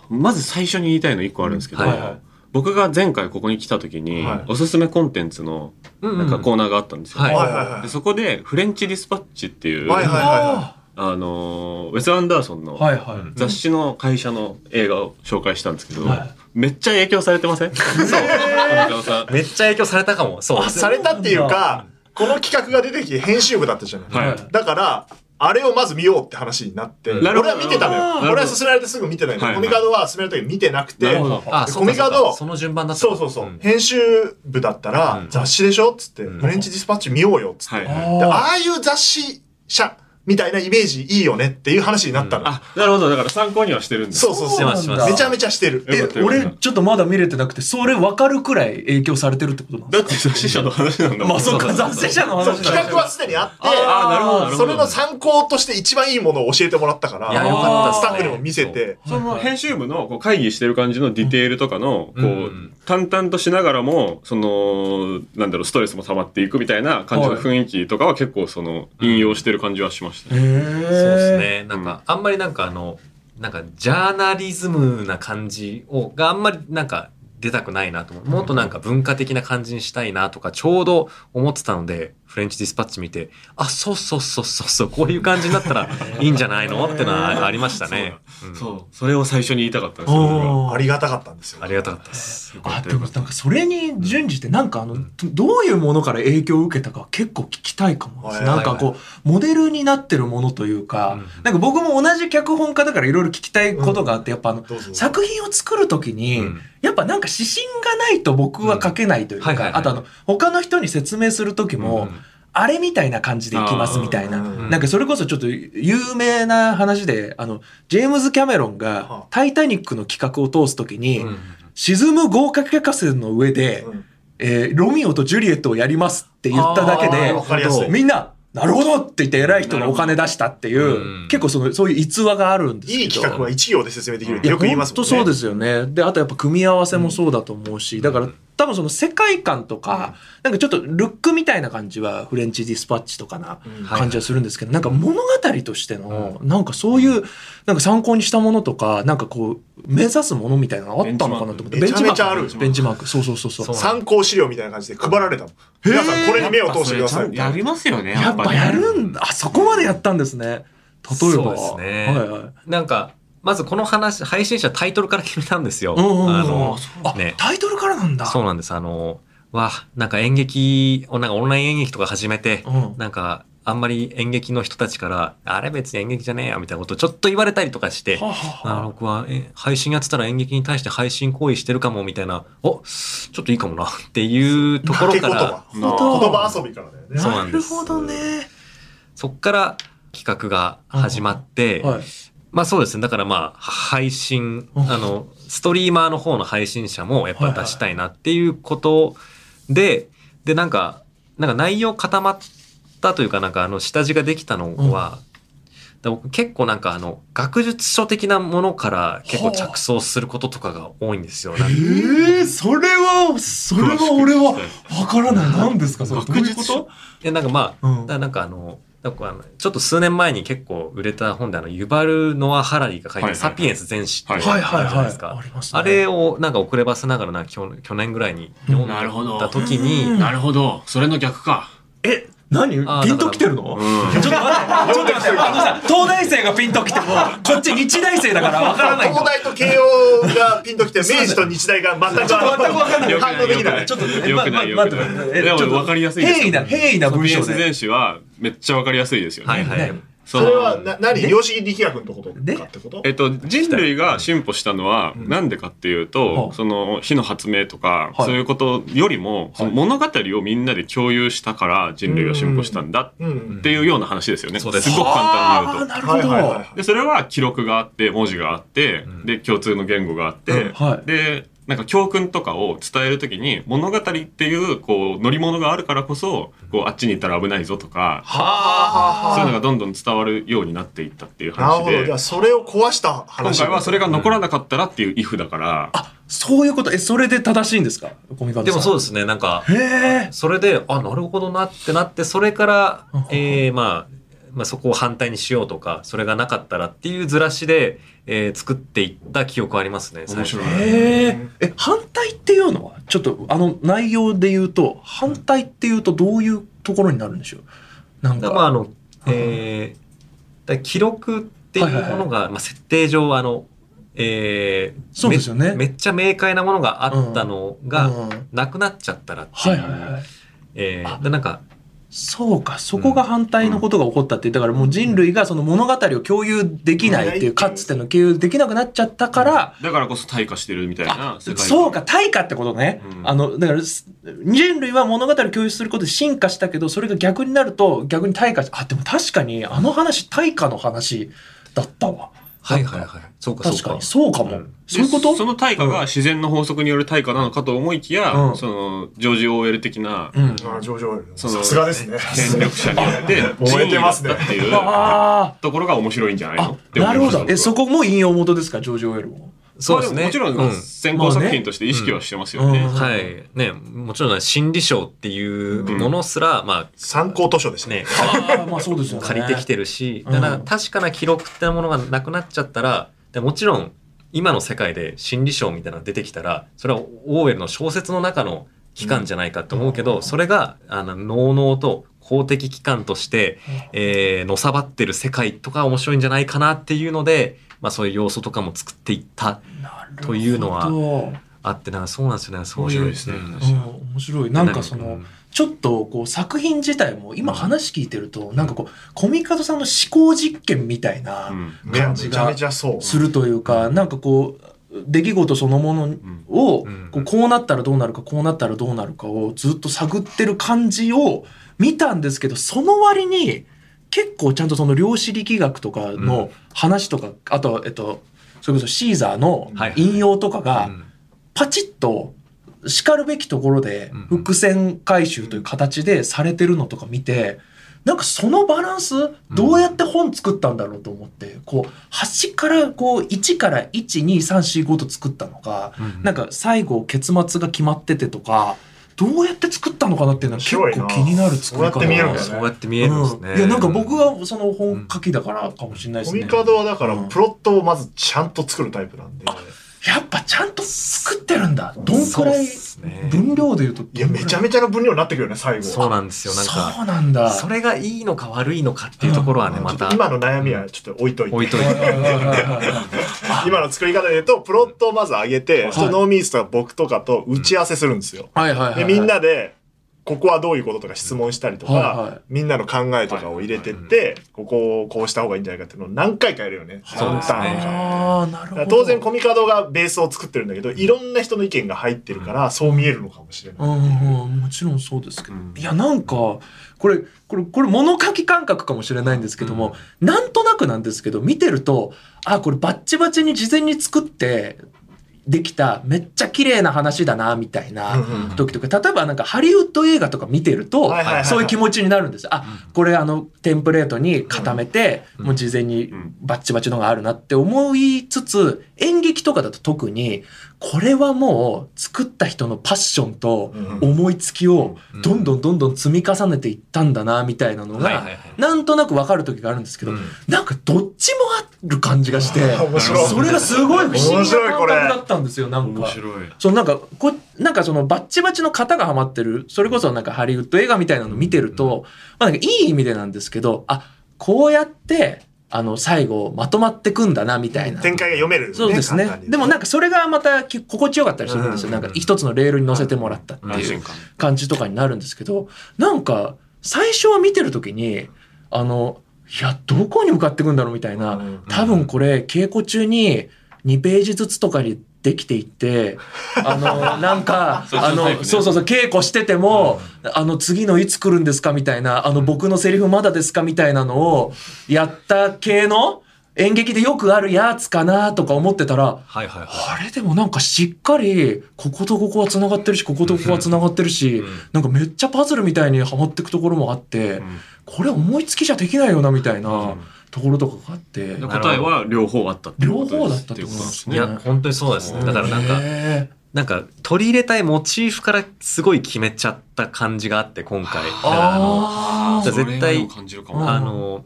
[SPEAKER 5] まず最初に言いたいの1個あるんですけど、
[SPEAKER 2] はい
[SPEAKER 3] はい
[SPEAKER 5] 僕が前回ここに来た時に、
[SPEAKER 1] はい
[SPEAKER 5] おすすめコンテンツの
[SPEAKER 2] はい。
[SPEAKER 5] なんかコーナーがあったんですよ。
[SPEAKER 2] はい
[SPEAKER 1] はいはいはい
[SPEAKER 5] でそこで、フレンチディスパッチっていう、
[SPEAKER 1] はいはい
[SPEAKER 3] あ
[SPEAKER 5] あのーウェス・アンダーソン
[SPEAKER 3] ー
[SPEAKER 5] の
[SPEAKER 3] はいはい。
[SPEAKER 5] 雑誌の会社の映画を紹介したんですけど、
[SPEAKER 3] はい
[SPEAKER 5] めっちゃ影響されてませんそう。田中さん。
[SPEAKER 2] めっちゃ影響されたかも。そう。
[SPEAKER 1] あされたっていうか、この企画が出てきて編集部だったじゃない。
[SPEAKER 5] はい
[SPEAKER 1] だから、あれをまず見ようって話になって、
[SPEAKER 5] なるほど
[SPEAKER 1] 俺は見てたの
[SPEAKER 5] なるほ
[SPEAKER 1] よ。
[SPEAKER 5] ど
[SPEAKER 1] 俺は勧められてすぐ見てないの。
[SPEAKER 5] はいはい
[SPEAKER 1] コミカドは勧められた時見てなくて、
[SPEAKER 5] なるほど
[SPEAKER 2] あ、
[SPEAKER 1] で
[SPEAKER 2] そうか
[SPEAKER 1] コミカド
[SPEAKER 2] そうかその順番だった
[SPEAKER 1] そ
[SPEAKER 2] か。
[SPEAKER 1] うそうそう、
[SPEAKER 2] ん
[SPEAKER 1] 編集部だったら
[SPEAKER 2] ん
[SPEAKER 1] 雑誌でしょっつって、
[SPEAKER 2] ん
[SPEAKER 1] フレンチディスパッチ見ようよっつって、
[SPEAKER 5] はい
[SPEAKER 1] で
[SPEAKER 5] はい。
[SPEAKER 3] あ
[SPEAKER 1] ああいう雑誌社みたいなイメージいいよねっていう話になったの、
[SPEAKER 5] あ、なるほど。だから参考にはしてるんです。
[SPEAKER 1] そうそう
[SPEAKER 2] して
[SPEAKER 1] そう
[SPEAKER 2] ますしてま
[SPEAKER 3] そうなんだ
[SPEAKER 2] す
[SPEAKER 1] めちゃめちゃしてる
[SPEAKER 3] ー
[SPEAKER 5] よか
[SPEAKER 1] で
[SPEAKER 5] った
[SPEAKER 3] え、
[SPEAKER 5] よかった
[SPEAKER 3] 俺ちょっとまだ見れてなくて、それ分かるくらい影響されてるってことなんで
[SPEAKER 5] だって雑誌社の話な
[SPEAKER 3] す
[SPEAKER 5] んだも
[SPEAKER 3] か
[SPEAKER 5] ん。
[SPEAKER 3] まあそっか、雑誌社の
[SPEAKER 1] そう
[SPEAKER 3] 話だ
[SPEAKER 1] 企画はすでにあって
[SPEAKER 5] あーなるほどなるほど
[SPEAKER 1] それの参考として一番いいものを教えてもらったから
[SPEAKER 2] いや
[SPEAKER 3] よかったっす
[SPEAKER 1] ス
[SPEAKER 3] ね
[SPEAKER 1] タッフにも見せて
[SPEAKER 5] その編集部のこう会議してる感じのディテールとかの、
[SPEAKER 2] うん
[SPEAKER 5] こう、淡々としながらも、その、なんだろう、ストレスも溜まっていくみたいな感じの雰囲気とかは結構その、引用してる感じはしました
[SPEAKER 3] へ
[SPEAKER 5] ね。
[SPEAKER 3] ー
[SPEAKER 2] そうです。ね。なんか、あんまりなんかあの、なんか、ジャーナリズムな感じを、があんまりなんか、出たくないなと思う。もっとなんか文化的な感じにしたいなとか、ちょうど思ってたので、フレンチディスパッチ見て、あ、そうそうそうそうそう、こういう感じになったら いいんじゃないのってのはありましたね。うん
[SPEAKER 5] そう。それを最初に言いたかったんですよ、僕は
[SPEAKER 3] あ
[SPEAKER 1] ありがたかったんですよ
[SPEAKER 2] ありがたかったです。
[SPEAKER 3] あでもなんかそれに準じてなんかあのどういうものから影響を受けたか結構聞きたいかもです
[SPEAKER 1] はい
[SPEAKER 3] なんかこうモデルになってるものというか
[SPEAKER 2] うん
[SPEAKER 3] なんか僕も同じ脚本家だからいろいろ聞きたいことがあってやっぱあの
[SPEAKER 1] どうぞ
[SPEAKER 3] 作品を作るときに
[SPEAKER 2] うん
[SPEAKER 3] やっぱなんか指針がないと僕は書けないという
[SPEAKER 2] うんはいはい
[SPEAKER 3] かあ
[SPEAKER 2] はい
[SPEAKER 3] とあの他の人に説明する時
[SPEAKER 2] う
[SPEAKER 3] も
[SPEAKER 2] ん
[SPEAKER 3] あれみたいな感じでいきますみたいな
[SPEAKER 1] うん
[SPEAKER 3] なんかそれこそちょっと有名な話であのジェームズ・キャメロン
[SPEAKER 1] は
[SPEAKER 3] が
[SPEAKER 1] あ
[SPEAKER 3] 「タイタニック」の企画を通すときに
[SPEAKER 2] うん
[SPEAKER 3] 沈む豪華客船の上で、
[SPEAKER 1] うん
[SPEAKER 3] えーロミオとジュリエットをやりますって言っただけ
[SPEAKER 1] あー
[SPEAKER 3] で
[SPEAKER 1] わかりやすい
[SPEAKER 3] みんななるほどって言って偉い人がお金出したっていう、
[SPEAKER 2] うん
[SPEAKER 3] 結構そのそういう逸話があるんですけど
[SPEAKER 1] いい企画は一行で説明できるっ
[SPEAKER 3] い
[SPEAKER 1] て
[SPEAKER 3] や
[SPEAKER 1] よく言います
[SPEAKER 3] 本
[SPEAKER 1] も
[SPEAKER 3] 当
[SPEAKER 1] んね
[SPEAKER 3] そうですよねであとやっぱ組み合わせもそうだと思うし、だから多分その世界観とか、なんかちょっとルックみたいな感じはフレンチディスパッチとかな
[SPEAKER 1] うん
[SPEAKER 3] 感じはするんですけど、なんか物語としての、なんかそういうなんか参考にしたものとかなんかこう目指すものみたいなのあったのかなと思って
[SPEAKER 1] ベンチマークめちゃめちゃある
[SPEAKER 3] ベンチマークそうそうそうそう
[SPEAKER 2] そう
[SPEAKER 1] 参考資料みたいな感じで配られたもん皆さんこれに目を通してくださいみたいな
[SPEAKER 5] りますよね
[SPEAKER 3] やっぱやるんだあそこまでやったんですね例えば
[SPEAKER 2] そうですね
[SPEAKER 3] はいはい
[SPEAKER 2] なんか、まずこの話、配信者タイトルから決めたんですよ。
[SPEAKER 3] うんうんうん
[SPEAKER 2] あの
[SPEAKER 3] そうあ、
[SPEAKER 2] ね
[SPEAKER 3] タイトルからなんだ
[SPEAKER 2] そう
[SPEAKER 3] う
[SPEAKER 2] なんです。あの、わ、なんか演劇を、なんかオンライン演劇とか始めて、
[SPEAKER 3] ん
[SPEAKER 2] なんか、あんまり演劇の人たちから、あれ別に演劇じゃねえよみたいなことをちょっと言われたりとかして、
[SPEAKER 3] はあはあ
[SPEAKER 2] あの僕はえ配信やってたら演劇に対して配信行為してるかもみたいな、おちょっといいかもなっていうところ
[SPEAKER 1] 掛け
[SPEAKER 2] か
[SPEAKER 1] 言
[SPEAKER 2] ら
[SPEAKER 1] 葉、
[SPEAKER 5] う
[SPEAKER 1] 言
[SPEAKER 5] ん
[SPEAKER 1] 葉遊びからだよね
[SPEAKER 2] そうなんです
[SPEAKER 3] なるほどね。
[SPEAKER 2] そっから企画が始まって、
[SPEAKER 3] はい。
[SPEAKER 2] まあそうですね。だからまあ、配信、
[SPEAKER 3] うん
[SPEAKER 2] あの、ストリーマーの方の配信者もやっぱ出したいなっていうことで、で、なんか、なんか内容固まったというか、なんかあの、下地ができたのは、だから僕結構なんかあの、学術書的なものから結構着想することとかが多いんですよ。なんか
[SPEAKER 3] ええそれは、それは俺は、わからない。何ですか、それ。
[SPEAKER 5] 学術
[SPEAKER 3] ど
[SPEAKER 5] 書
[SPEAKER 2] で、なんかまあ、
[SPEAKER 3] ういうこと
[SPEAKER 2] だからなんかあの、なんかあのちょっと数年前に結構売れた本であの、ユバル・ノア・ハラリーが書い
[SPEAKER 5] は
[SPEAKER 2] た
[SPEAKER 5] いはいはい
[SPEAKER 2] サピエンス全史っていう
[SPEAKER 3] う
[SPEAKER 2] の
[SPEAKER 3] ん。
[SPEAKER 2] があ
[SPEAKER 3] はい
[SPEAKER 2] るじ
[SPEAKER 3] はいは
[SPEAKER 2] ゃないで
[SPEAKER 3] い
[SPEAKER 2] すか。。
[SPEAKER 3] りますね
[SPEAKER 2] あれをなんか遅ればせながらなんか去去年ぐらいに読ん
[SPEAKER 5] なるほど
[SPEAKER 2] だ時
[SPEAKER 3] う
[SPEAKER 2] に、
[SPEAKER 3] ん
[SPEAKER 5] なるほど。それの逆か。
[SPEAKER 3] え、何
[SPEAKER 2] あー
[SPEAKER 3] ピンときてるの
[SPEAKER 5] うん
[SPEAKER 3] ちょっと待って、ちょっと待って、あのさ、東大生がピンときても、こっち日大生だからわからないんだ
[SPEAKER 1] 東
[SPEAKER 3] よ。
[SPEAKER 1] 大と慶応がピンときて、明治と日大が全く
[SPEAKER 3] ちょっと 全くわかんない。
[SPEAKER 1] 反応できない。
[SPEAKER 3] ちょっとね
[SPEAKER 5] よくないよく
[SPEAKER 3] まま
[SPEAKER 5] な
[SPEAKER 3] 待っ
[SPEAKER 5] い。
[SPEAKER 3] てえ
[SPEAKER 5] で
[SPEAKER 3] ちょっ
[SPEAKER 5] も
[SPEAKER 3] と
[SPEAKER 5] 分かりやすいですよ。
[SPEAKER 3] 平易な平易な文章で
[SPEAKER 5] サピエンス全史はめっちゃ分かりやすいですよね。
[SPEAKER 2] はいはい。
[SPEAKER 3] ね
[SPEAKER 1] それはな、何量子力学のこと
[SPEAKER 3] ね
[SPEAKER 1] かってこと
[SPEAKER 5] えっと、人類が進歩したのはなんでかっていうと、
[SPEAKER 3] うん
[SPEAKER 5] その火の発明と
[SPEAKER 3] は
[SPEAKER 5] か、
[SPEAKER 3] い
[SPEAKER 5] そういうことよりも、その物語をみんなで共有したから人類が進歩したんだ
[SPEAKER 1] うんうん。
[SPEAKER 5] っていうような話ですよね。
[SPEAKER 2] そうです
[SPEAKER 5] すごく簡単に
[SPEAKER 3] あ
[SPEAKER 5] 言
[SPEAKER 3] ー
[SPEAKER 5] うと。
[SPEAKER 3] なるほど。
[SPEAKER 1] はいはいはい
[SPEAKER 5] でそれは記録があって文字があって、
[SPEAKER 2] ん
[SPEAKER 5] で共通の言語があって、
[SPEAKER 3] うんはい
[SPEAKER 5] でなんか教訓とかを伝えるときに物語っていうこう乗り物があるからこそこうあっちに行ったら危ないぞとか
[SPEAKER 1] は
[SPEAKER 5] そういうのがどんどん伝わるようになっていったっていう
[SPEAKER 1] なる
[SPEAKER 5] 話
[SPEAKER 1] ほど。
[SPEAKER 5] で
[SPEAKER 1] じゃあ、それを壊した
[SPEAKER 5] 今
[SPEAKER 1] 話。
[SPEAKER 5] 回はそれが残らなかったらっていうイフだから
[SPEAKER 3] あそういうことえそれで正しいんですかコミカドさん
[SPEAKER 2] でもそう
[SPEAKER 3] う
[SPEAKER 2] ですね、なんか、
[SPEAKER 3] へえ
[SPEAKER 2] それで、あ、なるほどなってなって、それから
[SPEAKER 3] うんうんうん、
[SPEAKER 2] えーまあ、まあ、そこを反対にしようとか、それがなかったらっていうずらしで、えー作っていった記憶ありますね、最初
[SPEAKER 5] 面白い
[SPEAKER 3] へええ反対っていうのはちょっとあの内容で言うと反対っていうとどういうところになるんでしょうなん
[SPEAKER 2] だ
[SPEAKER 3] か
[SPEAKER 2] からまあ、あの、えーだから記録っていうものが、
[SPEAKER 3] はいはい
[SPEAKER 2] まあ、設定上、あの、えー
[SPEAKER 3] そうですよね
[SPEAKER 2] めめっちゃ明快なものがあったのが、
[SPEAKER 3] うん
[SPEAKER 2] なくなっちゃったらって、
[SPEAKER 3] はいいうはいはい
[SPEAKER 2] えー
[SPEAKER 3] あ
[SPEAKER 2] でなんか
[SPEAKER 3] そうか、そこが反対のことが起こったって、だからもう人類がその物語を共有できないっていう、かつての共有できなくなっちゃったから、
[SPEAKER 5] だからこそ退化してるみたいな世界観
[SPEAKER 3] そうか、対価ってことね。
[SPEAKER 5] うん
[SPEAKER 3] あの、だから、す人類は物語を共有することで進化したけど、それが逆になると、逆に対価し、あ、でも確かに、あの話、対価の話だったわ。
[SPEAKER 2] はいはいはいそうかそう
[SPEAKER 3] 確
[SPEAKER 2] か
[SPEAKER 3] かに、そうかも。
[SPEAKER 2] うん
[SPEAKER 3] そういうこ
[SPEAKER 5] でそ
[SPEAKER 3] と
[SPEAKER 5] の対価が自然の法則による対価なのかと思いきや、
[SPEAKER 3] うん
[SPEAKER 5] そのジョージ・オーエル的な
[SPEAKER 3] うん。
[SPEAKER 1] あ上場
[SPEAKER 5] そ
[SPEAKER 1] さ
[SPEAKER 5] の
[SPEAKER 1] すがですね。
[SPEAKER 5] 権力者によって
[SPEAKER 1] 燃えてますね
[SPEAKER 5] 自由になったっていう
[SPEAKER 3] あ
[SPEAKER 5] ところが面白いんじゃない
[SPEAKER 3] あ
[SPEAKER 5] の
[SPEAKER 3] あ、なるほど。え、そ
[SPEAKER 5] こ
[SPEAKER 3] こも引用元ですか、ジョージ・オエル も。
[SPEAKER 2] そうですね、
[SPEAKER 5] もちろ
[SPEAKER 2] うんん
[SPEAKER 5] 先行作品として意識はしてますよね。
[SPEAKER 3] まあねうん
[SPEAKER 2] はい。ね、もちろん心理賞っていうものすら、ま
[SPEAKER 1] 参考図書です
[SPEAKER 2] あ
[SPEAKER 1] ね。
[SPEAKER 2] ね、
[SPEAKER 3] ああ、まあそうですよね。
[SPEAKER 2] 借りてきてるし、
[SPEAKER 3] うん
[SPEAKER 2] だから確かな記録ってものがなくなっちゃったら、でもちろん今の世界で心理賞みたいなのが出てきたら、それはオーウェルの小説の中の機関じゃないかと思うけど、それが、あの、能能と公的機関として、えー、のさばってる世界とか面白いんじゃないかなっていうので、まあそういう要素とかも作っていった
[SPEAKER 3] なるほど。
[SPEAKER 2] というのはあって、なんかそうなんですよね。そういう。
[SPEAKER 5] 面白いですね。
[SPEAKER 2] うん
[SPEAKER 5] 話
[SPEAKER 3] うん、面白いなんかそ
[SPEAKER 2] 何
[SPEAKER 3] の
[SPEAKER 2] か
[SPEAKER 3] ちょっとこう作品自体も今話聞いてるとなんかこうコミカドさんの思考実験みたいな
[SPEAKER 5] うん
[SPEAKER 1] め
[SPEAKER 3] 感
[SPEAKER 1] ち
[SPEAKER 3] じ
[SPEAKER 1] ゃ
[SPEAKER 3] が
[SPEAKER 1] めちゃそう。
[SPEAKER 3] するというかなんかこう出来事そのもの
[SPEAKER 5] ん
[SPEAKER 3] を
[SPEAKER 2] うん
[SPEAKER 3] こうこうなったらどうなるかこうなったらどうなるかをずっと探ってる感じを見たんですけどその割に結構ちゃんとその量子力学とかの話とかあとえっとそれこそシーザーの
[SPEAKER 2] はいはい
[SPEAKER 3] 引用とかが
[SPEAKER 2] うん
[SPEAKER 3] パチッと叱るべきところで伏線回収という形でされてるのとか見てなんかそのバランスどうやって本作ったんだろうと思ってこう端からこう1から12345と作ったのか
[SPEAKER 2] うん
[SPEAKER 3] なんか最後結末が決まっててとかどうやって作ったのかなっていうのは結構気になる作り
[SPEAKER 1] 面白いなそうやって
[SPEAKER 3] 方
[SPEAKER 1] 見える
[SPEAKER 3] なんです
[SPEAKER 1] だね
[SPEAKER 2] そうやって見えるんですね。
[SPEAKER 3] いやなんか僕がその本書きだからかもしれないで
[SPEAKER 1] コ
[SPEAKER 3] すね
[SPEAKER 1] ミカドはだから、
[SPEAKER 3] うん
[SPEAKER 1] プロットをまずちゃんと作るタイプなんで。
[SPEAKER 3] やっぱちゃんと作ってるんだどんくらい
[SPEAKER 2] そうっすね
[SPEAKER 3] 分量で言うとどんく
[SPEAKER 1] い
[SPEAKER 3] ら
[SPEAKER 1] や、めちゃめちゃな分量になってくるよね、最後。
[SPEAKER 2] そうなんですよ。なん
[SPEAKER 3] そ
[SPEAKER 2] か、
[SPEAKER 3] うなんだ。
[SPEAKER 2] それがいいのか悪いのかっていうところはね、
[SPEAKER 1] うん
[SPEAKER 2] ま
[SPEAKER 1] ちょったと今の悩みはちょっと置いといて。
[SPEAKER 2] 置いとい
[SPEAKER 3] はいはい
[SPEAKER 2] て。
[SPEAKER 3] はいはいはい
[SPEAKER 1] 今の作り方で言うと、プロットをまず上げて、そのノーミースとか僕とかと打ち合わせするんですよ。
[SPEAKER 3] はいはいは
[SPEAKER 1] で、
[SPEAKER 3] い。
[SPEAKER 1] みんなで、ここはどういうこととか質問したりとか、
[SPEAKER 3] はいはい
[SPEAKER 1] みんなの考えとかを入れてって、ここをこうした方がいいんじゃないかっていうのを何回かやるよね。
[SPEAKER 2] そうですね
[SPEAKER 1] 何ターンか
[SPEAKER 3] ああ、なる
[SPEAKER 1] だ
[SPEAKER 3] ほ
[SPEAKER 1] から
[SPEAKER 3] ど。
[SPEAKER 1] 当然コミカドがベースを作ってるんだけど、いろんな人の意見が入ってるから、そう見えるのかもしれ
[SPEAKER 3] う
[SPEAKER 1] ない。
[SPEAKER 3] んうん、もちろんそうですけど、
[SPEAKER 5] うん
[SPEAKER 3] いやなんかこれこれこれ物書き感覚かもしれないんですけども、なんとなくなんですけど見てるとあこれバッチバチに事前に作ってできためっちゃ綺麗な話だなみたいな時とか例えばなんかハリウッド映画とか見てると、
[SPEAKER 1] はいはいはい
[SPEAKER 3] そういう気持ちになるんですあこれあのテンプレートに固めて、
[SPEAKER 2] うん
[SPEAKER 3] もう事前に
[SPEAKER 5] うん
[SPEAKER 3] バッチバチのがあるなって思いつつ演劇とかだと特にこれはもう作った人のパッションと
[SPEAKER 1] うん
[SPEAKER 3] 思いつきを
[SPEAKER 2] うん
[SPEAKER 3] どんどんどんどん積み重ねていったんだなみたいなの
[SPEAKER 2] はいはいは
[SPEAKER 3] が
[SPEAKER 2] い
[SPEAKER 3] なんとなくわかる時があるんですけど、
[SPEAKER 2] うん
[SPEAKER 3] なんかどっちもある感じがして
[SPEAKER 1] 面白い
[SPEAKER 3] それがすごい不思
[SPEAKER 1] 面
[SPEAKER 3] 議
[SPEAKER 1] 白い
[SPEAKER 3] な
[SPEAKER 1] こ
[SPEAKER 3] 感覚
[SPEAKER 1] れ
[SPEAKER 3] だったんですよなんか
[SPEAKER 5] 面。白い。
[SPEAKER 3] そのなんかこなんかそのバッチバチの型がはまってるそれこそなんかハリウッド映画みたいなの見てると、まあ、なんかいい意味でなんですけどあこうやってあの最後まとまってくんだなみたいな。
[SPEAKER 1] 展開が読める、
[SPEAKER 3] そうですね
[SPEAKER 1] 簡単に
[SPEAKER 3] でもなんかそれがまたき心地よかったりするんですよ、
[SPEAKER 1] うん
[SPEAKER 3] なんか一つのレールに乗せてもらったって
[SPEAKER 5] 安
[SPEAKER 3] いう
[SPEAKER 5] 心感。
[SPEAKER 3] 感じとかになるんですけどなんか最初は見てる時にあのいやどこに向かってくんだろうみたいな、
[SPEAKER 1] うん
[SPEAKER 3] 多分これ稽古中に2ページずつとかにできていってあの なんか
[SPEAKER 5] そっちの
[SPEAKER 3] あ
[SPEAKER 5] タイプ
[SPEAKER 3] の
[SPEAKER 5] ね
[SPEAKER 3] そうそうそう稽古してても、あの次のいつ来るんですかみたいなあの僕のセリフまだですかみたいなのをやった系の。演劇でよくあるやつかなとか思ってたら、
[SPEAKER 2] はいはいはい。
[SPEAKER 3] あれでもなんかしっかり、こことここは繋がってるし、こことここは繋がってるし、なんかめっちゃパズルみたいにはまってくところもあって、これ思いつきじゃできないよなみたいなところとかがあって、
[SPEAKER 2] ん
[SPEAKER 5] 答えは両方あったって
[SPEAKER 3] 両
[SPEAKER 5] ことです
[SPEAKER 3] 方だったってことなんです
[SPEAKER 2] い
[SPEAKER 3] ね。
[SPEAKER 2] や、本当にそうですね。だからなんか、
[SPEAKER 3] へー
[SPEAKER 2] なんか取り入れたいモチーフからすごい決めちゃった感じがあって、今回。だからあの、
[SPEAKER 3] あ
[SPEAKER 2] じゃ
[SPEAKER 3] ー
[SPEAKER 2] あ絶対
[SPEAKER 5] それを感じるかも
[SPEAKER 3] うん
[SPEAKER 2] あの、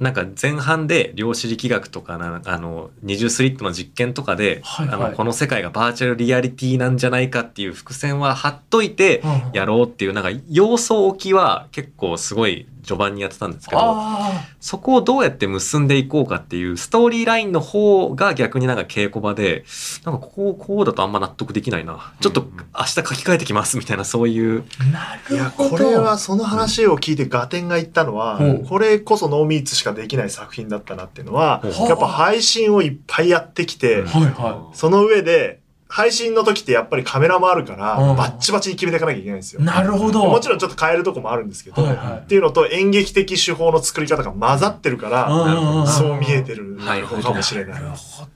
[SPEAKER 2] なんか前半で量子力学とかなんあの二重スリットの実験とかで、
[SPEAKER 3] はいはい
[SPEAKER 2] あのこの世界がバーチャルリアリティなんじゃないかっていう伏線は貼っといて
[SPEAKER 3] うん
[SPEAKER 2] やろうっていうなんか要素置きは結構すごい序盤にやってたんですけど
[SPEAKER 3] あ
[SPEAKER 2] そこをどうやって結んでいこうかっていうストーリーラインの方が逆になんか稽古場でなんかこここうだとあんま納得できないなちょっと
[SPEAKER 5] うんうん
[SPEAKER 2] 明日書き換えてきますみたいなそういう
[SPEAKER 3] ーないる
[SPEAKER 1] や
[SPEAKER 3] ほど。
[SPEAKER 1] これはその話を聞いてガテンが言ったのは、
[SPEAKER 3] うん
[SPEAKER 1] これこそノーミーツしかできない作品だったなっていうのは、
[SPEAKER 2] うん
[SPEAKER 1] やっぱ配信をいっぱいやってきて、
[SPEAKER 2] うん
[SPEAKER 3] はいは
[SPEAKER 1] その上で配信の時ってやっぱりカメラもあるから、
[SPEAKER 3] うん
[SPEAKER 1] バッチバチに決めていかなきゃいけないんですよ
[SPEAKER 3] い。。なるほど。
[SPEAKER 1] もちろんちょっと変えるとこもあるんですけど、
[SPEAKER 3] はいはい
[SPEAKER 1] っていうのと演劇的手法の作り方が混ざってるから、
[SPEAKER 3] ろ
[SPEAKER 1] そう見えてる
[SPEAKER 2] はい
[SPEAKER 1] のかもしれない。
[SPEAKER 3] なるほど。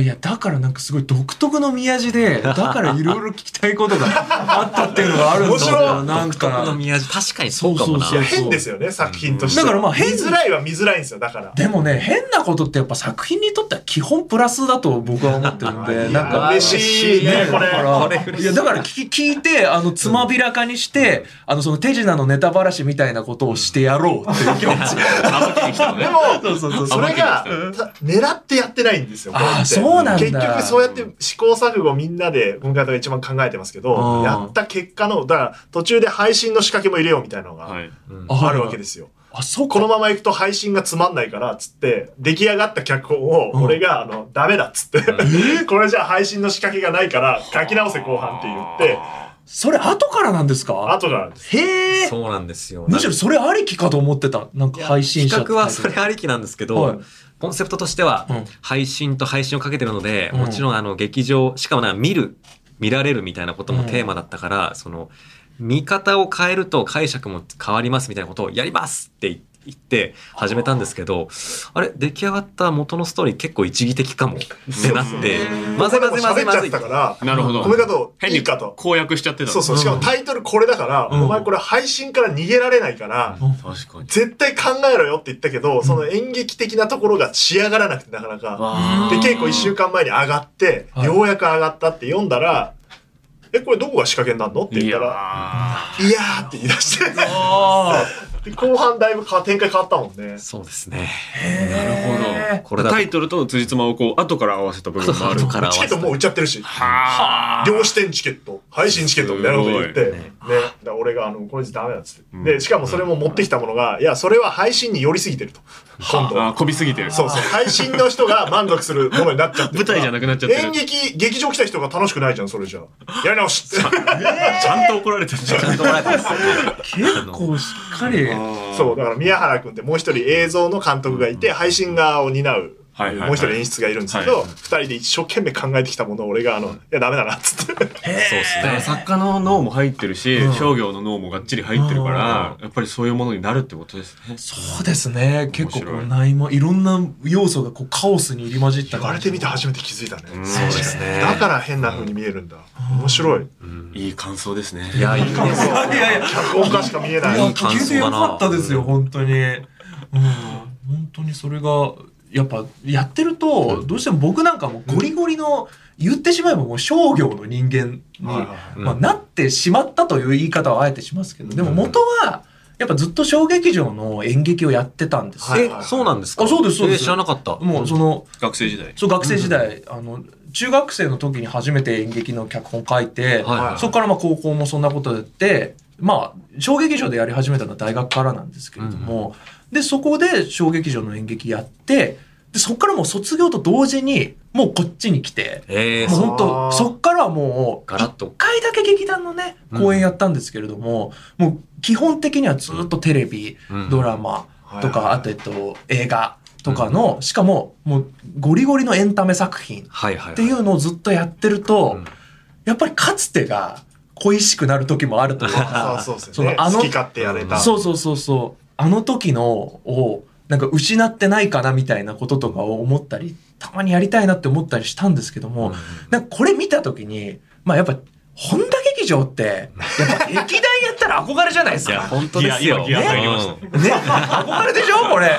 [SPEAKER 3] いや、だからなんかすごい独特の宮地で、だからいろいろ聞きたいことがあったっていうのがあるんですよ。
[SPEAKER 1] 面白い
[SPEAKER 3] なん
[SPEAKER 2] 独特の
[SPEAKER 3] か。
[SPEAKER 2] 宮城確かにそうかもな
[SPEAKER 3] そうそうそう
[SPEAKER 1] 変ですよね、作品として。
[SPEAKER 3] だからまあ変
[SPEAKER 1] 見づらいは見づらいんですよ、だから。
[SPEAKER 3] でもね、変なことってやっぱ作品にとっては基本プラスだと僕は思ってるん
[SPEAKER 1] いや
[SPEAKER 3] で、なんか。
[SPEAKER 1] 嬉しいね、これ
[SPEAKER 3] だ。からいやだから聞き聞いてあのつまびらかにして、あのその手品のネタばらしみたいなことをしてやろうっていう気 持ち
[SPEAKER 1] でも、それが、た狙ってやってないんですよ、これって
[SPEAKER 3] あーそうなんだ
[SPEAKER 1] 結局そうやって試行錯誤みんなで、今回とか一番考えてますけ
[SPEAKER 3] う
[SPEAKER 1] ど
[SPEAKER 3] ん、
[SPEAKER 1] やった結果の、だから途中で配信の仕掛けも入れようみたいなの
[SPEAKER 5] は
[SPEAKER 1] が
[SPEAKER 5] い。
[SPEAKER 1] あるわけですすよ。
[SPEAKER 3] あそう
[SPEAKER 1] こ
[SPEAKER 3] か
[SPEAKER 1] のまま行くと配信がつまんないから、つって、出来上がった脚本を、
[SPEAKER 3] うん
[SPEAKER 1] 俺が、あの、ダメだっつって、 これじゃ配信の仕掛けがないから、書き直せ後半って言って、
[SPEAKER 3] それ後からなんですか
[SPEAKER 1] 後からです。
[SPEAKER 3] へえ
[SPEAKER 2] そうなんですよ
[SPEAKER 3] むしろそれありきかと思ってたなんか配信者って
[SPEAKER 2] 企画はそれありきなんですけど、
[SPEAKER 3] はい
[SPEAKER 2] コンセプトとしては
[SPEAKER 3] うん
[SPEAKER 2] 配信と配信をかけてるので、
[SPEAKER 3] うん
[SPEAKER 2] もちろんあの劇場しかもなんか見る見られるみたいなこともテーマだったから、その見方を変えると解釈も変わりますみたいなことをやりますって言って始めたんですけどあれ出来上がった元のストーリー結構一義的かもってなってまずいまずいまず
[SPEAKER 1] これ
[SPEAKER 2] いまずい
[SPEAKER 1] も喋っちゃったから、
[SPEAKER 5] なるほど。
[SPEAKER 1] この方を
[SPEAKER 5] 変
[SPEAKER 1] い
[SPEAKER 5] に
[SPEAKER 1] いかと。
[SPEAKER 5] 公約しちゃってた。
[SPEAKER 1] そうそう。しかもタイトルこれだから、
[SPEAKER 3] ん
[SPEAKER 1] お前これ配信から逃げられないから、
[SPEAKER 5] 確かに。
[SPEAKER 1] 絶対考えろよって言ったけど、その演劇的なところが仕上がらなくてなかなか。
[SPEAKER 5] あ
[SPEAKER 1] で、
[SPEAKER 5] ー
[SPEAKER 1] 稽古一週間前に上がって、
[SPEAKER 3] はい
[SPEAKER 1] ようやく上がったって読んだら、え、これどこが仕掛けになるのって言
[SPEAKER 5] い
[SPEAKER 1] っ
[SPEAKER 5] や
[SPEAKER 1] たら、
[SPEAKER 5] ー
[SPEAKER 1] いやーって言い出して。
[SPEAKER 3] あ
[SPEAKER 1] で後半だいぶか展開変わったもんね。
[SPEAKER 2] そうですね
[SPEAKER 5] なる
[SPEAKER 2] こ
[SPEAKER 5] ほ
[SPEAKER 2] れ
[SPEAKER 5] ど。
[SPEAKER 2] だと
[SPEAKER 5] タイトルと辻褄をこう、後から合わせた部分もある
[SPEAKER 2] 後。から合わ
[SPEAKER 1] チケ
[SPEAKER 2] せ
[SPEAKER 1] ットもう売っちゃってるし、
[SPEAKER 5] は
[SPEAKER 1] 両視点チケット、配信チケットみたいなこと言って、
[SPEAKER 5] す
[SPEAKER 1] ねだから俺があの、これじゃダメだっつって、
[SPEAKER 5] ん
[SPEAKER 1] で、しかもそれも持ってきたものが、いや、それは配信に寄りすぎてると。今度。
[SPEAKER 5] あー、こびすぎてる。
[SPEAKER 1] そうそう。配信の人が満足するものになっちゃってる
[SPEAKER 5] 舞
[SPEAKER 1] から
[SPEAKER 5] 台じゃなくなっちゃってる
[SPEAKER 1] 演。劇、劇場来た人が楽しくないじゃん、それじゃあ。やり直 しって。
[SPEAKER 5] ちゃんと怒られてるじゃん。
[SPEAKER 2] ちゃんともらえたんですよ
[SPEAKER 3] 結構しっかり
[SPEAKER 1] そう、だから宮原くんってもう一人映像の監督がいて、配信側を担う。
[SPEAKER 5] はいはいはい
[SPEAKER 1] もう一人演出がいるんですけど、
[SPEAKER 5] はい
[SPEAKER 1] 二人で一生懸命考えてきたものを俺が、あの、いや、ダメだな、っつって。
[SPEAKER 2] そうです
[SPEAKER 5] だから
[SPEAKER 2] ね
[SPEAKER 5] 作家の脳も入ってるし、商業の脳もがっちり入ってるから、やっぱりそういうものになるってことですね。
[SPEAKER 3] そうですね結構こ
[SPEAKER 5] 面白
[SPEAKER 3] う
[SPEAKER 5] い
[SPEAKER 3] 内もいろんな要素がこうカオスに入り混じった
[SPEAKER 1] 言われてみて初めて気づいたね。
[SPEAKER 2] そうですね
[SPEAKER 1] だから変な風に見えるんだ。面白い。
[SPEAKER 5] いい感想ですね。
[SPEAKER 2] いやいいです
[SPEAKER 3] い
[SPEAKER 2] ね
[SPEAKER 3] やいや
[SPEAKER 1] 脚本家しか見えないい
[SPEAKER 3] や。
[SPEAKER 2] 感
[SPEAKER 3] 聞けて
[SPEAKER 2] 想
[SPEAKER 3] よ
[SPEAKER 2] だな
[SPEAKER 3] かったですよ本当にうん本当にそれがやっぱやってるとどうしても僕なんかもゴリゴリの言ってしまえばもう商業の人間に
[SPEAKER 1] はいはい
[SPEAKER 3] まあなってしまったという言い方はあえてしますけどでも元はやっぱずっと小劇場の演劇をやってたんですよ
[SPEAKER 2] え、そうなんですか
[SPEAKER 3] あそうですそうです
[SPEAKER 2] え知らなかった。
[SPEAKER 3] もうその
[SPEAKER 5] 学生時代。
[SPEAKER 3] そう学生時代、あの中学生の時に初めて演劇の脚本書いて、
[SPEAKER 2] はい
[SPEAKER 3] そこからまあ高校もそんなことやってまあ小劇場でやり始めたのは大学からなんですけれども、でそこで小劇場の演劇やってでそこからもう卒業と同時にもうこっちに来て。
[SPEAKER 2] え
[SPEAKER 3] も
[SPEAKER 2] ー、
[SPEAKER 3] う
[SPEAKER 2] そう
[SPEAKER 3] 本当
[SPEAKER 1] あー
[SPEAKER 3] そっからはもう
[SPEAKER 2] ガラッと
[SPEAKER 3] 一回だけ劇団のね公演やったんですけれども、もう基本的にはずっとテレビ、
[SPEAKER 2] うん
[SPEAKER 3] ドラマと
[SPEAKER 1] はいは
[SPEAKER 3] か、
[SPEAKER 1] い
[SPEAKER 3] あとえっと映画とかの、しかももうゴリゴリのエンタメ作品っ
[SPEAKER 2] はいはいはい。
[SPEAKER 3] ていうのをずっとやってると、
[SPEAKER 2] うん
[SPEAKER 3] やっぱりかつてが恋しくなる時もあるというか
[SPEAKER 1] そうそうです
[SPEAKER 3] そ
[SPEAKER 1] よね。
[SPEAKER 3] のあの
[SPEAKER 1] 好き勝手やれた。
[SPEAKER 3] そうそうそうそう。あの時のをなんか失ってないかなみたいなこととかを思ったり、たまにやりたいなって思ったりしたんですけども、なんかこれ見たときに、まあやっぱ、本田劇場って、や っぱ劇団やったら憧れじゃないです
[SPEAKER 2] いや、
[SPEAKER 3] か。
[SPEAKER 2] 本当ですよ。
[SPEAKER 5] ギア
[SPEAKER 2] ね
[SPEAKER 5] ギア入りました
[SPEAKER 2] うん
[SPEAKER 3] ね、憧れでしょこれ。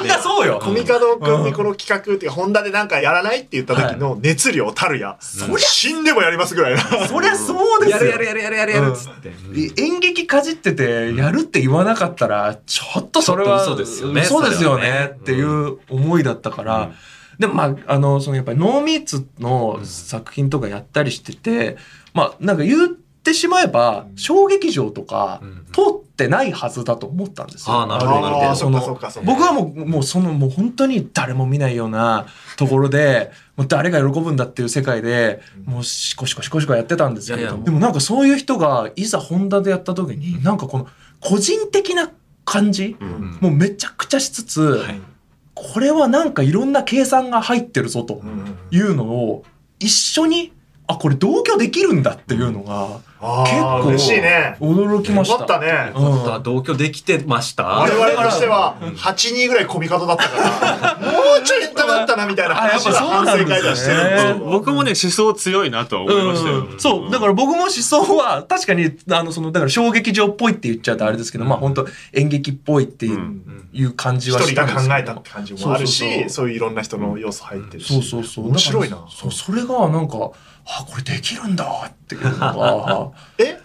[SPEAKER 3] みんなそうよ。
[SPEAKER 1] コミカド君にこの企画っていうか、ホンダでなんかやらないって言った時の熱量たるや。
[SPEAKER 3] りゃ
[SPEAKER 1] 死んでもやりますぐらいな。
[SPEAKER 3] そりゃそうですよ。
[SPEAKER 2] やるやるやるやるやるやるっつって。
[SPEAKER 3] え演劇かじっててやるって言わなかったらちょっとそれは
[SPEAKER 2] ちょっと嘘ですよね
[SPEAKER 3] 嘘ですよね
[SPEAKER 2] それはね
[SPEAKER 3] っていう思いだったから、でもまああのそのやっぱりノーミーツの作品とかやったりしてて、まあなんか言ってしまえば小劇場とか
[SPEAKER 2] ん
[SPEAKER 3] 通ってないはずだと思ったんですよ。
[SPEAKER 2] あーなるほどなるほ
[SPEAKER 1] あ
[SPEAKER 2] ど
[SPEAKER 1] あ、
[SPEAKER 3] そ
[SPEAKER 1] そっ
[SPEAKER 3] の
[SPEAKER 1] かそっかそっか。
[SPEAKER 3] 僕はもう、もうその、もう本当に誰も見ないようなところで、もう誰が喜ぶんだっていう世界で、もうシコシコシコシコやってたんですけれど
[SPEAKER 2] いやい
[SPEAKER 3] も、
[SPEAKER 2] や
[SPEAKER 3] でもなんかそういう人が、いざホンダでやった時に、なんかこの個人的な感じ、
[SPEAKER 5] うん
[SPEAKER 3] もうめちゃくちゃしつつ、これはなんかいろんな計算が入ってるぞと
[SPEAKER 1] うん、
[SPEAKER 3] いうのを、一緒に、あ、これ同居できるんだっていうのが、結
[SPEAKER 1] ああ、
[SPEAKER 3] 構
[SPEAKER 1] 嬉しいね。
[SPEAKER 3] 驚きまし
[SPEAKER 1] よ
[SPEAKER 3] た。
[SPEAKER 1] かったね。
[SPEAKER 3] うん
[SPEAKER 2] 本当は同居できてました。
[SPEAKER 1] 我々としては8人ぐらいコミカドだったから、もうちょいエンタメだったなみたいな話
[SPEAKER 3] あ
[SPEAKER 1] は
[SPEAKER 3] やっ
[SPEAKER 1] 反
[SPEAKER 3] ぱそうな
[SPEAKER 1] 省
[SPEAKER 3] んで
[SPEAKER 1] 会
[SPEAKER 3] すね
[SPEAKER 1] 出してるんですよ。
[SPEAKER 5] 僕もね、思想強いなとは思いましたよ。
[SPEAKER 3] うんそう、だから僕も思想は、確かに、あの、その、だから、衝撃場っぽいって言っちゃうとあれですけど、まあ、本当演劇っぽいっていう,、感じ
[SPEAKER 1] 一
[SPEAKER 3] は
[SPEAKER 1] 人
[SPEAKER 3] した
[SPEAKER 1] が
[SPEAKER 3] んです
[SPEAKER 1] 考
[SPEAKER 3] けど
[SPEAKER 1] えたって感じもある
[SPEAKER 3] そうそうそ
[SPEAKER 1] し、
[SPEAKER 3] う
[SPEAKER 1] そういういろんな人の要素入ってるし。
[SPEAKER 3] そうそうそう。
[SPEAKER 1] 面白い
[SPEAKER 3] だ
[SPEAKER 1] な
[SPEAKER 3] から。そう、それが、なんか、あ、これできるんだっていうの が、は
[SPEAKER 1] え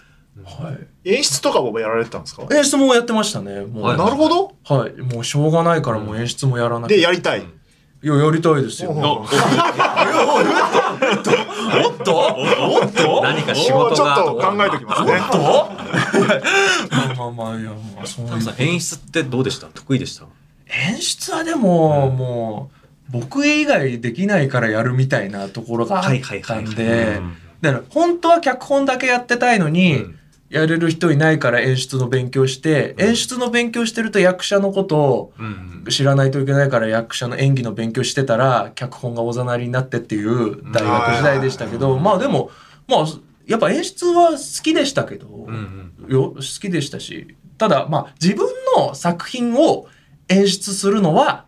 [SPEAKER 3] い。
[SPEAKER 1] 演出とかもやられてたんですかなる
[SPEAKER 3] 演出もやってましたね。もう、
[SPEAKER 2] はい
[SPEAKER 1] ほど。
[SPEAKER 3] はい。もう、しょうがないから、もう演出もやらなきゃ
[SPEAKER 1] で、やりたい。
[SPEAKER 3] いや、やりたいですよ。
[SPEAKER 1] おう
[SPEAKER 3] おっ
[SPEAKER 1] おう
[SPEAKER 3] とおっと
[SPEAKER 2] 何か仕
[SPEAKER 1] ちょっ
[SPEAKER 2] 事
[SPEAKER 1] と
[SPEAKER 2] がとか。
[SPEAKER 1] 考えときますね。
[SPEAKER 3] とまあまあまあ、いや、まあ、そういう
[SPEAKER 2] タムさん演出ってどうでした得意でした
[SPEAKER 3] 演出はでも、もう僕以外できないからやるみたいなところがあ
[SPEAKER 2] はいはい
[SPEAKER 3] っ
[SPEAKER 2] は
[SPEAKER 3] た
[SPEAKER 2] い
[SPEAKER 3] ん
[SPEAKER 2] はい
[SPEAKER 3] で
[SPEAKER 2] うん
[SPEAKER 3] だから本当は脚本だけやってたいのに、
[SPEAKER 2] うん
[SPEAKER 3] やれる人いないから演出の勉強して、演出の勉強してると役者のことを
[SPEAKER 2] うん
[SPEAKER 3] 知らないといけないから役者の演技の勉強してたら脚本がおざなりになってっていう大学時代でしたけど、まあでもまあやっぱ演出は好きでしたけど、
[SPEAKER 2] うん
[SPEAKER 3] よ好きでしたしただまあ自分の作品を演出するのは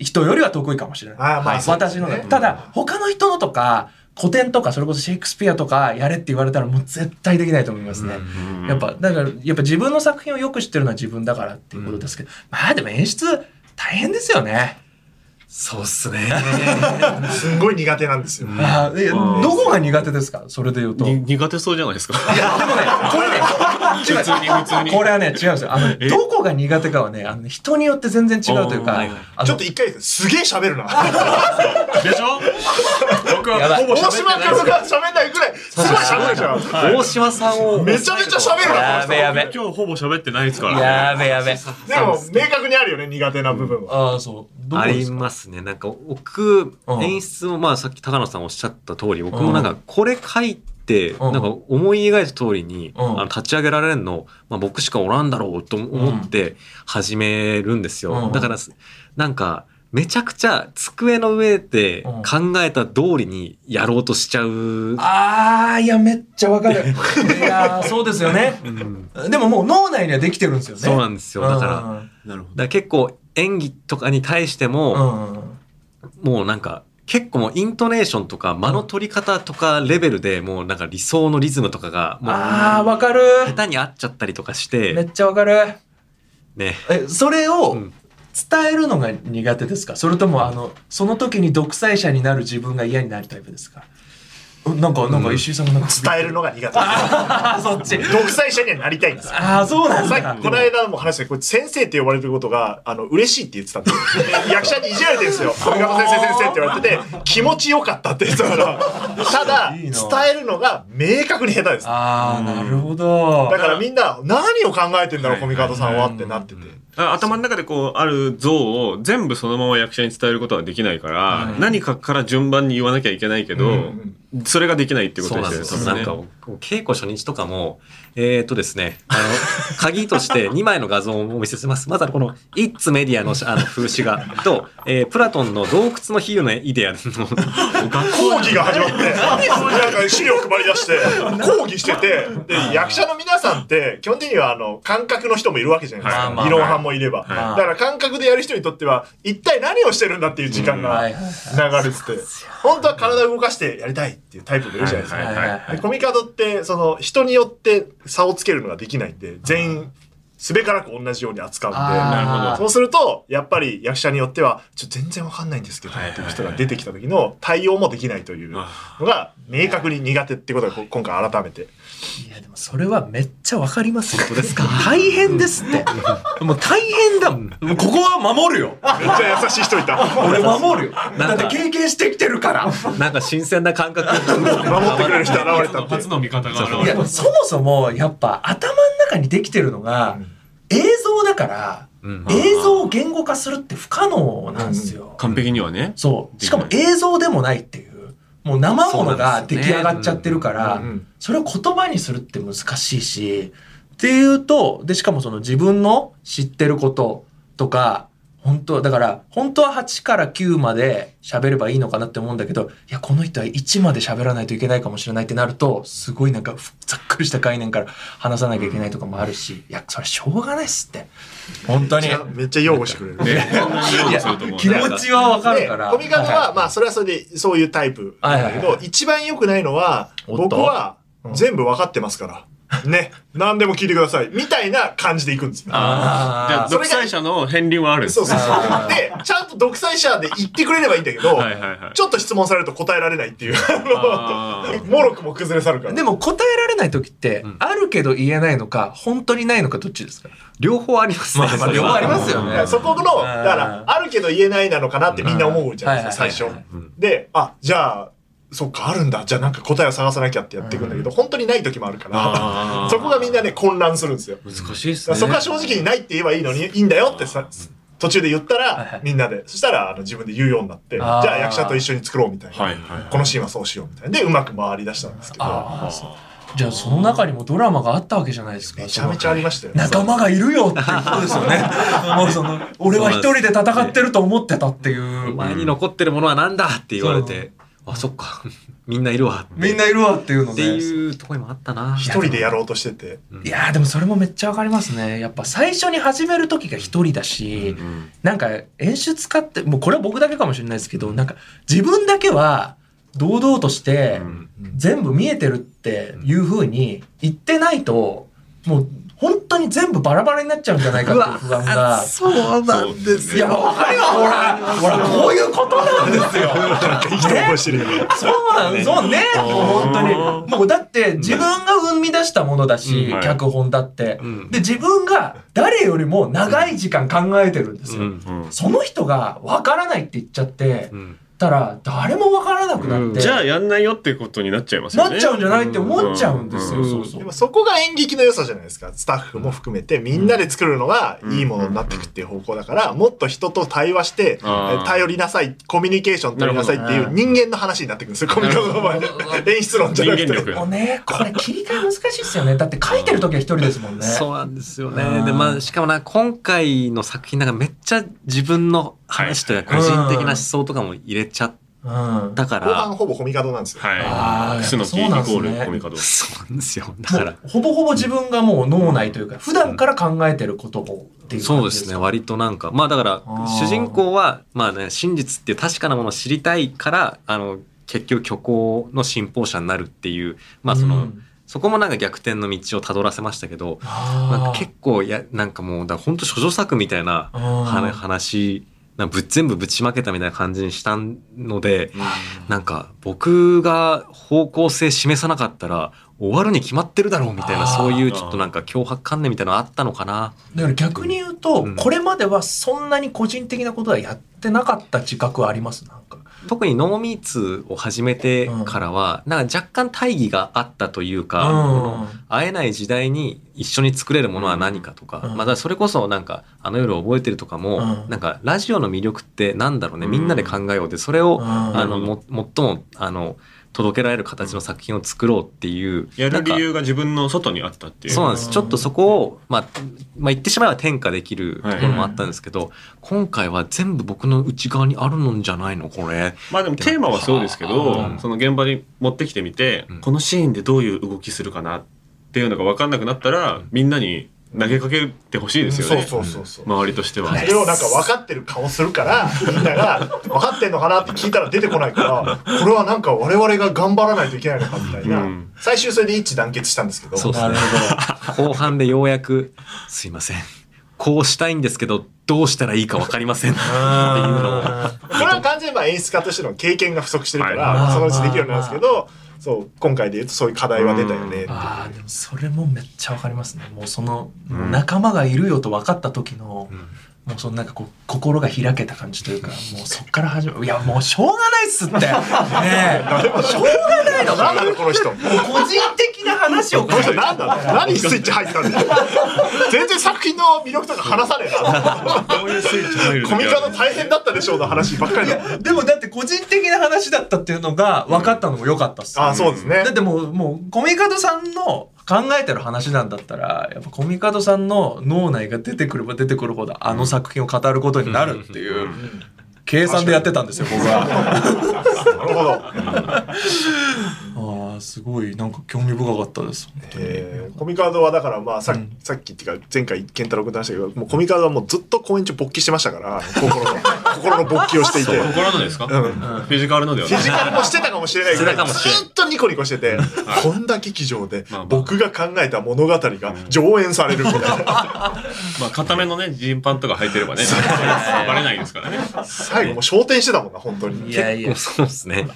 [SPEAKER 3] 人よりは得意かもしれない
[SPEAKER 1] あーまあそうです
[SPEAKER 3] 私
[SPEAKER 1] ね
[SPEAKER 3] のねただ他の人のとか古典とかそれこそシェイクスピアとかやれって言われたらもう絶対できないと思いますね、やっぱだからやっぱ自分の作品をよく知ってるのは自分だからっていうことですけど、まあでも演出大変ですよね、
[SPEAKER 2] そうっすね。
[SPEAKER 1] すんごい苦手なんですよ。
[SPEAKER 3] ああえど
[SPEAKER 5] うん
[SPEAKER 3] こが苦手ですかそれで言うと
[SPEAKER 5] に苦手そうじゃないですか。
[SPEAKER 3] いや、でもね、これね、違う
[SPEAKER 5] 普通に普通に
[SPEAKER 3] これはね、違うんですよ。あの、どこが苦手かはね、あの人によって全然違うという
[SPEAKER 5] あー
[SPEAKER 3] か
[SPEAKER 2] はいはい、
[SPEAKER 3] あの
[SPEAKER 1] ちょっと一回です、すげえ喋るな。
[SPEAKER 5] でしょ僕
[SPEAKER 3] やば
[SPEAKER 5] はいほぼ
[SPEAKER 1] 大
[SPEAKER 5] 喋って
[SPEAKER 1] 島
[SPEAKER 5] ない
[SPEAKER 1] 和が喋んないぐらい、すごい喋るじゃん。
[SPEAKER 2] 大島さんを。
[SPEAKER 1] めちゃめちゃ喋るな、この人。
[SPEAKER 3] やべ
[SPEAKER 5] 今日ほぼ喋ってないですから。
[SPEAKER 3] やべやべ。
[SPEAKER 1] でも、明確にあるよね、苦手な部分は。
[SPEAKER 3] ああ、そう。どこ
[SPEAKER 2] あ
[SPEAKER 3] で
[SPEAKER 2] り
[SPEAKER 3] すか
[SPEAKER 2] ますね。なんか、僕
[SPEAKER 3] う、ん
[SPEAKER 2] 演出も、まあ、さっき高野さんおっしゃった通り、僕もなん
[SPEAKER 3] う
[SPEAKER 2] か、これ書いて、
[SPEAKER 3] うん
[SPEAKER 2] なんか、思い描いた通りに、
[SPEAKER 3] うん
[SPEAKER 2] あの立ち上げられるの、まあ、僕しかおらんだろうと思って、始めるんですよ。
[SPEAKER 3] うん
[SPEAKER 2] だから、なんか、めちゃくちゃ机の上で
[SPEAKER 3] うん
[SPEAKER 2] 考えた通りにやろうとしちゃう。
[SPEAKER 3] ああ、いや、めっちゃわか る。いやー、そうですよね。
[SPEAKER 2] うん
[SPEAKER 3] でももう脳内にはできてるんですよね。
[SPEAKER 2] そうなんですよ。だから、だか
[SPEAKER 3] ら。
[SPEAKER 5] なるほど。
[SPEAKER 2] ら結構演技とかに対しても、
[SPEAKER 3] うんうん。
[SPEAKER 2] もうなんか結構もうイントネーションとか間の取り方とかレベルでもうなんか理想のリズムとかがも
[SPEAKER 3] ああ、
[SPEAKER 2] う
[SPEAKER 3] わかる。
[SPEAKER 2] 下手に合っちゃったりとかし
[SPEAKER 3] め
[SPEAKER 2] て
[SPEAKER 3] っちゃわかる。
[SPEAKER 2] ね
[SPEAKER 3] え、それを
[SPEAKER 2] うん
[SPEAKER 3] 伝えるのが苦手ですかそれとも、あの、その時に独裁者になる自分が嫌になるタイプですかうんなんか、なんか石井さんがなんか
[SPEAKER 1] 伝えるのが苦手。
[SPEAKER 3] ああ、 そっち。
[SPEAKER 1] 独裁者にはなりたいんですよ。
[SPEAKER 3] ああ、そうなん
[SPEAKER 1] さ
[SPEAKER 3] だ
[SPEAKER 1] っき。この間も話したこれ先生って呼ばれてることがあの嬉しいって言ってた んですよで役者にいじられてるんですよ「上方先生先生」って言われてて気持ちよかったって言ってたからただ
[SPEAKER 3] いい
[SPEAKER 1] 伝
[SPEAKER 3] な
[SPEAKER 1] えるのが明確に下手ですだ
[SPEAKER 3] ああ、なるほど。
[SPEAKER 1] からみんな何を考えてんだろうコミカドさんはってなってて
[SPEAKER 5] あ頭の中でこうある像を全部そのまま役者に伝えることはできないから、何かから順番に言わなきゃいけないけど、
[SPEAKER 1] うん
[SPEAKER 5] それができないっていうこ
[SPEAKER 2] そ
[SPEAKER 5] と
[SPEAKER 2] う
[SPEAKER 5] で
[SPEAKER 2] なん
[SPEAKER 5] すよ
[SPEAKER 2] で
[SPEAKER 5] ね。
[SPEAKER 2] すよ。
[SPEAKER 5] 多分
[SPEAKER 2] な
[SPEAKER 5] ね
[SPEAKER 2] んか、稽古初日とかも、えっ、とですね、 あの、鍵として2枚の画像をお見せします。まずはこの、イッツメディアのあの風刺画と、えープラトンの洞窟の比喩のイデアの、
[SPEAKER 1] 講義が始まって、なんか資料配り出して、講義してて、で、役者の皆さんって、基本的には、あの、感覚の人もいるわけじゃないです
[SPEAKER 3] は
[SPEAKER 1] か。
[SPEAKER 3] いまあまあ
[SPEAKER 1] 理論派もいれば。だ
[SPEAKER 3] まあ
[SPEAKER 1] から感覚でやる人にとっては、一体何をしてるんだっていう時間が
[SPEAKER 3] はい
[SPEAKER 1] 流
[SPEAKER 3] はい
[SPEAKER 1] れてて、本当は体を動かしてやりたいっていうタイプもいるじゃないです
[SPEAKER 5] はい
[SPEAKER 1] か。
[SPEAKER 5] はい
[SPEAKER 1] でコミカドって、その、人によって差をつけるのができないんで、全員、すべからく同じように扱うんで、
[SPEAKER 3] あー
[SPEAKER 1] そうすると、やっぱり役者によっては、ちょ、全然わかんないんですけど、っていう人が出てきた時の対応もできないというのが、明確に苦手ってことがこ今回改めて。
[SPEAKER 3] いやでもそれはめっちゃわかりますよ。ですか。大変ですって。もう大変だもん。もうここは守るよ。
[SPEAKER 1] めっちゃ優しい人いた。
[SPEAKER 3] 俺守るよ。だ
[SPEAKER 2] なんか
[SPEAKER 3] って経験してきてるから。
[SPEAKER 2] なんか新鮮な感覚。
[SPEAKER 1] 守ってくれる人現れたって。
[SPEAKER 7] 初の味方が現
[SPEAKER 3] い
[SPEAKER 7] れ
[SPEAKER 3] や
[SPEAKER 7] た。
[SPEAKER 3] そもそもやっぱ頭の中にできてるのが映像だから、
[SPEAKER 2] うん
[SPEAKER 3] 映像を言語化するって不可能なんですよ。
[SPEAKER 5] 完璧にはね。
[SPEAKER 3] そう。しかも映像でもないっていう。もう生ものが出来上がっちゃってるから、それを言葉にするって難しいし、っていうと、で、しかもその自分の知ってることとか、本当はだから、本当は8から9まで喋ればいいのかなって思うんだけど、いや、この人は1まで喋らないといけないかもしれないってなると、すごいなんか、ふざっくりした概念から話さなきゃいけないとかもあるし、いや、それしょうがないっすって。本当に。い
[SPEAKER 1] めっちゃめっちゃ擁護してくれる。
[SPEAKER 5] ね。
[SPEAKER 3] や
[SPEAKER 5] そうだと思う
[SPEAKER 3] 気持ちはわかるから。
[SPEAKER 1] でコミカド
[SPEAKER 3] はい
[SPEAKER 1] は、まあ、それはそれで、そういうタイプなんだけ
[SPEAKER 3] はいはい
[SPEAKER 1] ど、一番良くないのは、
[SPEAKER 3] おっ
[SPEAKER 1] 僕
[SPEAKER 3] と
[SPEAKER 1] は、全部分かってますから。ね。何でも聞いてください。みたいな感じでいくんですよ。
[SPEAKER 3] あー
[SPEAKER 5] じゃあ、独裁者の片鱗はあるんです
[SPEAKER 1] そう
[SPEAKER 5] ね
[SPEAKER 1] そうそう。で、ちゃんと独裁者で言ってくれればいいんだけど、
[SPEAKER 5] はいはいはい。
[SPEAKER 1] ちょっと質問されると答えられないっていう、
[SPEAKER 5] あ
[SPEAKER 1] あの、 もろくも崩れ去るから。
[SPEAKER 3] でも答えられない時って、あるけど言えないのか、本当にないのかどっちですか
[SPEAKER 2] 両方ありますね。それは
[SPEAKER 3] よ
[SPEAKER 1] だからそこの、だから、あるけど言えないなのかなってみんな思うじゃないですか、
[SPEAKER 3] うん
[SPEAKER 1] 最
[SPEAKER 3] はい
[SPEAKER 1] 初
[SPEAKER 3] はい。
[SPEAKER 1] で、あ、じゃあ、そっか、あるんだ。じゃあなんか答えを探さなきゃってやっていくんだけど、本当にない時もあるから、 そこがみんなね、混乱するんですよ。
[SPEAKER 5] 難しいっす
[SPEAKER 1] だから
[SPEAKER 5] ね。
[SPEAKER 1] そこは正直にないって言えばいいのに、いいんだよってさ、途中で言った
[SPEAKER 3] はいは
[SPEAKER 1] ら
[SPEAKER 3] い、
[SPEAKER 1] みんなで。そしたら、あの、自分で言うようになって、じ
[SPEAKER 3] あー
[SPEAKER 1] ゃあ役者と一緒に作ろうみたいな。
[SPEAKER 5] はいはい。
[SPEAKER 1] このシーンはそうしようみたいな。で、うまく回り出したんですけど、
[SPEAKER 3] ああじゃあその中にもドラマがあったわけじゃないですか。
[SPEAKER 1] めちゃめちゃありましたよね。
[SPEAKER 3] 仲間がいるよっていうことですよ ね。もうその、俺は一人で戦ってると思ってたっていう。
[SPEAKER 2] 前に残ってるものはなんだって言われて、あ、そっか。 みんないるわ。
[SPEAKER 3] みんないるわっていうの
[SPEAKER 2] っ
[SPEAKER 3] で。
[SPEAKER 2] ていうところもあったな。
[SPEAKER 1] 一人でやろうとしてて。
[SPEAKER 3] いやーでもそれもめっちゃわかりますね。やっぱ最初に始める時が一人だし、なんか演出家って、もうこれは僕だけかもしれないですけど、なんか自分だけは堂々として全部見えてるっていう風に言ってないと、もう本当に全部バラバラになっちゃうんじゃないかっていう不安が。
[SPEAKER 1] そうなんです
[SPEAKER 3] いや、わかるよ、ほら、ほら、こういうことなんですよ。
[SPEAKER 1] 生きて覚えしてるよ。
[SPEAKER 3] そうなんそうね。もう本当に。もうだって自分が生み出したものだし、
[SPEAKER 5] うんはい
[SPEAKER 3] 脚本だって、
[SPEAKER 2] ん
[SPEAKER 3] で、自分が誰よりも長い時間考えてるんですよ。
[SPEAKER 2] うん
[SPEAKER 5] うん
[SPEAKER 3] その人が分からないって言っちゃって、
[SPEAKER 2] ん
[SPEAKER 3] たら誰も分からなくなって、
[SPEAKER 5] じゃあやんないよってことになっちゃいますよね。
[SPEAKER 3] なっちゃうんじゃないって思っちゃうんですよ。
[SPEAKER 5] うん
[SPEAKER 3] そうそ
[SPEAKER 1] で
[SPEAKER 3] う
[SPEAKER 1] も。そこが演劇の良さじゃないですか。スタッフも含めてみんなで作るのがいいものになっていくっていう方向だから、もっと人と対話して、え
[SPEAKER 5] あ
[SPEAKER 1] ー
[SPEAKER 5] ー
[SPEAKER 1] 頼りなさい、コミュニケーション取りなさいっていう人間の話になってくるんですよ。コミュニケーションの場合で。演出論じゃ
[SPEAKER 5] 人
[SPEAKER 1] な
[SPEAKER 5] 間
[SPEAKER 1] くて。
[SPEAKER 5] 力
[SPEAKER 3] もうね、これ切り替え難しいですよね。だって書いてる時は一人ですもんね。
[SPEAKER 2] そうなんですよね
[SPEAKER 3] うん。
[SPEAKER 2] で、まあ、しかもな、今回の作品なんかめっちゃ自分の話というか、
[SPEAKER 3] はい
[SPEAKER 2] 個人的な思想とかも入れちゃっ
[SPEAKER 3] うん。あ
[SPEAKER 2] たか
[SPEAKER 1] 後半
[SPEAKER 2] ら、
[SPEAKER 1] ほぼコミカドなんですよ。
[SPEAKER 3] あ
[SPEAKER 5] は
[SPEAKER 3] ー
[SPEAKER 5] い。スノキイ
[SPEAKER 3] や
[SPEAKER 5] コ
[SPEAKER 3] っぱ
[SPEAKER 5] ー
[SPEAKER 3] そうなんですね
[SPEAKER 5] ルコミカド。
[SPEAKER 2] そうなんですよ。だから、
[SPEAKER 3] ほぼほぼ自分がもう脳内というか、普段から考えてることをっていう
[SPEAKER 2] そう
[SPEAKER 3] 感
[SPEAKER 2] で
[SPEAKER 3] じ
[SPEAKER 2] す
[SPEAKER 3] か
[SPEAKER 2] ね、割となんか、まあだから
[SPEAKER 3] あー、
[SPEAKER 2] 主人公は、まあね、真実っていう確かなものを知りたいから、あの、結局虚構の信奉者になるっていう、まあそうの、
[SPEAKER 3] ん
[SPEAKER 2] そこもなんか逆転の道をたどらせましたけど、なん
[SPEAKER 3] あ
[SPEAKER 2] か結構や、なんかもう、だから本当処女作みたいな、は
[SPEAKER 3] 構
[SPEAKER 2] 話なんかぶ全部ぶちまけたみたいな感じにしたので、なんか僕が方向性示さなかったら終わるに決まってるだろうみたい
[SPEAKER 3] あ
[SPEAKER 2] な
[SPEAKER 3] ー
[SPEAKER 2] そういうちょっとなんか脅迫観念みたいなのあったのかな。
[SPEAKER 3] だから逆に言うと、
[SPEAKER 2] うん
[SPEAKER 3] これまではそんなに個人的なことはやってなかった自覚はありますなんか。
[SPEAKER 2] 特にノーミーツを始めてからは、なんか若干大義があったというか、この会えない時代に一緒に作れるものは何かとか、
[SPEAKER 3] うん
[SPEAKER 2] まあだからそれこそなんかあの夜を覚えてるとかも、
[SPEAKER 3] うん
[SPEAKER 2] なんかラジオの魅力ってなんだろうね、みんなで考えようで、それを
[SPEAKER 3] うん
[SPEAKER 2] あのも最もあの届けられる形の作品を作ろうっていう。
[SPEAKER 5] や
[SPEAKER 2] な
[SPEAKER 5] る
[SPEAKER 2] んか
[SPEAKER 5] 理由が自分の外にあったっていう。
[SPEAKER 2] そうなんです。ちょっとそこを、まあ、まあ言ってしまえば転嫁できると
[SPEAKER 5] はい
[SPEAKER 2] ころもあったんですけど、今回は全部僕の内側にあるのんじゃないのこれ。
[SPEAKER 5] まあでもテーマはそうですけ
[SPEAKER 2] う
[SPEAKER 5] ど、
[SPEAKER 2] ん
[SPEAKER 5] その現場に持ってきてみて、
[SPEAKER 2] うん
[SPEAKER 5] このシーンでどういう動きするかなっていうのが分かんなくなったら、みんなに投げかけてほしいですよね。
[SPEAKER 1] そうそうそうそう。
[SPEAKER 5] 周りとしては。
[SPEAKER 1] それをなんか分かってる顔するから、みんなが分かってんのかなって聞いたら出てこないから、これはなんか我々が頑張らないといけないのかみたいな。
[SPEAKER 5] うん
[SPEAKER 1] 最終それで一致団結したんですけど、
[SPEAKER 2] そうです
[SPEAKER 3] な
[SPEAKER 2] ね
[SPEAKER 3] る。
[SPEAKER 2] 後半でようやく、すいません。こうしたいんですけど、どうしたらいいかわかりません。っていうのを。
[SPEAKER 1] これは完全にまあ演出家としての経験が不足してるから、
[SPEAKER 5] はい
[SPEAKER 1] まあそのうちできるようになるんですけど、そう、今回で言うとそういう課題は出たよね。
[SPEAKER 3] あーでもそれもめっちゃわかりますねもうその、もう仲間がいるよと分かった時の、もうそのなんかこう心が開けた感じというかもうそっから始まるいやもうしょうがないっす ってねえしょうがないの
[SPEAKER 1] なんなのこの人。こ
[SPEAKER 3] 個人的な話をこ
[SPEAKER 1] の
[SPEAKER 3] れ
[SPEAKER 1] 人なんなの何スイッチ入ったんだ よ。全然作品の魅力とか話さねえな。
[SPEAKER 5] こういうスイッチ入る
[SPEAKER 1] コミ
[SPEAKER 5] 時
[SPEAKER 1] カ
[SPEAKER 5] あ
[SPEAKER 1] ド
[SPEAKER 5] る
[SPEAKER 1] 大変だったでしょうの話ばっかりだ。
[SPEAKER 3] でもだって個人的な話だったっていうのが分かったのも良かったっす、ね
[SPEAKER 1] あー、そうですね
[SPEAKER 3] だ。ってもう、もう、コミカドさんの考えてる話なんだったら、やっぱコミカドさんの脳内が出てくれば出てくるほど、あの作品を語ることになるっていう、計算でやってたんですよ、僕は。
[SPEAKER 1] なるほど。
[SPEAKER 3] ああ、すごい、なんか興味深かったです。
[SPEAKER 1] えーコミカードはだからまあさ,、
[SPEAKER 3] うん
[SPEAKER 1] さっきっていうか前回健太郎君と話したけどもうコミカードはもうずっと公演中勃起してましたから心の心の勃起をしていて、うん、フ
[SPEAKER 5] 心のですか、フィジカルのではな
[SPEAKER 1] ィ
[SPEAKER 5] い
[SPEAKER 1] ジカルもしてたかもしれないけど
[SPEAKER 2] してたかもしれない
[SPEAKER 1] ずっとニコニコしててこんな劇場で
[SPEAKER 5] まあまあ
[SPEAKER 1] 僕が考えた物語が上演されるみたいな
[SPEAKER 5] まあ、固めのね、ジーンパンとか履いてればね、バレないですからね。
[SPEAKER 1] 最後もう昇天してたもんな本当に。
[SPEAKER 3] やい
[SPEAKER 2] もうそうですね。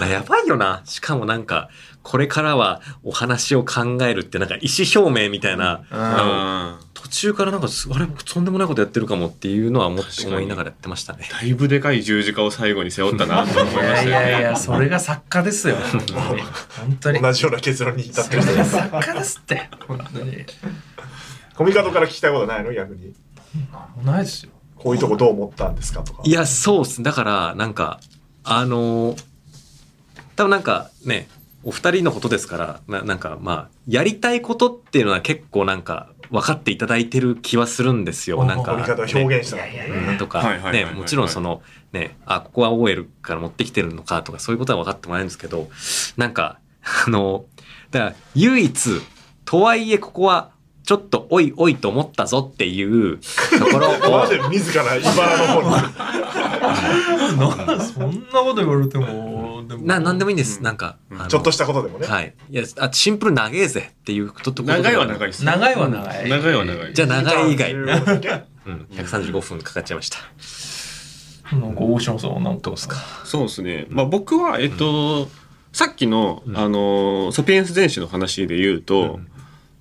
[SPEAKER 2] なやばいよな。しかもなんか、これからはお話を考えるって、なんか意思表明みたいな、あの
[SPEAKER 5] うん
[SPEAKER 2] 途中からなんか、すあれ、僕とんでもないことやってるかもっていうのは思っ
[SPEAKER 5] 確かに
[SPEAKER 2] 思いながらやってましたね。
[SPEAKER 5] だいぶでかい十字架を最後に背負ったなと思いましたよね。
[SPEAKER 3] それが作家ですよ。本当に。本当
[SPEAKER 1] 同じような結論に至ってる
[SPEAKER 3] れが作家ですって。本当に。
[SPEAKER 1] コミカードから聞きたいことないの逆に
[SPEAKER 3] ないですよ。
[SPEAKER 1] こういうとこどう思ったんですかとか
[SPEAKER 2] いや、そうっす。だから、なんか、あのー多分なんかね、お二人のことですから、ななんかまあ、やりたいことっていうのは結構なんか、分かっていただいてる気はするんですよ。なんか、
[SPEAKER 1] コミカードは表現したら、
[SPEAKER 2] うんと
[SPEAKER 5] はいはいは
[SPEAKER 2] か、
[SPEAKER 5] いはい
[SPEAKER 2] ね、
[SPEAKER 5] はい
[SPEAKER 2] もちろんその、ね、あ、ここは OL から持ってきてるのかとか、そういうことは分かってもらえるんですけど、なんか、あの、だから、唯一、とはいえここは、ちょっと、おいおいと思ったぞっていうところを、
[SPEAKER 1] ま ず自ら茨の方に
[SPEAKER 3] なそんなこと言われても、でも
[SPEAKER 2] な、なんでもいいんです。
[SPEAKER 5] うん
[SPEAKER 2] なんか、あの
[SPEAKER 1] ちょっとしたことでもね、
[SPEAKER 2] はい。いや、あ、シンプル長えぜっていうことと
[SPEAKER 5] 長いは長い
[SPEAKER 2] い。
[SPEAKER 5] です。
[SPEAKER 3] 長いは長い。
[SPEAKER 5] 長いは長い。
[SPEAKER 2] じゃあ長い以外。
[SPEAKER 1] 15分ね
[SPEAKER 2] うん。135分かかっちゃいました。
[SPEAKER 3] なんか大島さんはなん
[SPEAKER 2] どうですか
[SPEAKER 5] そうですね。まあ僕は、えっと、さっきの、
[SPEAKER 2] ん
[SPEAKER 5] あのー、サピエンス全史の話で言うと、
[SPEAKER 2] うん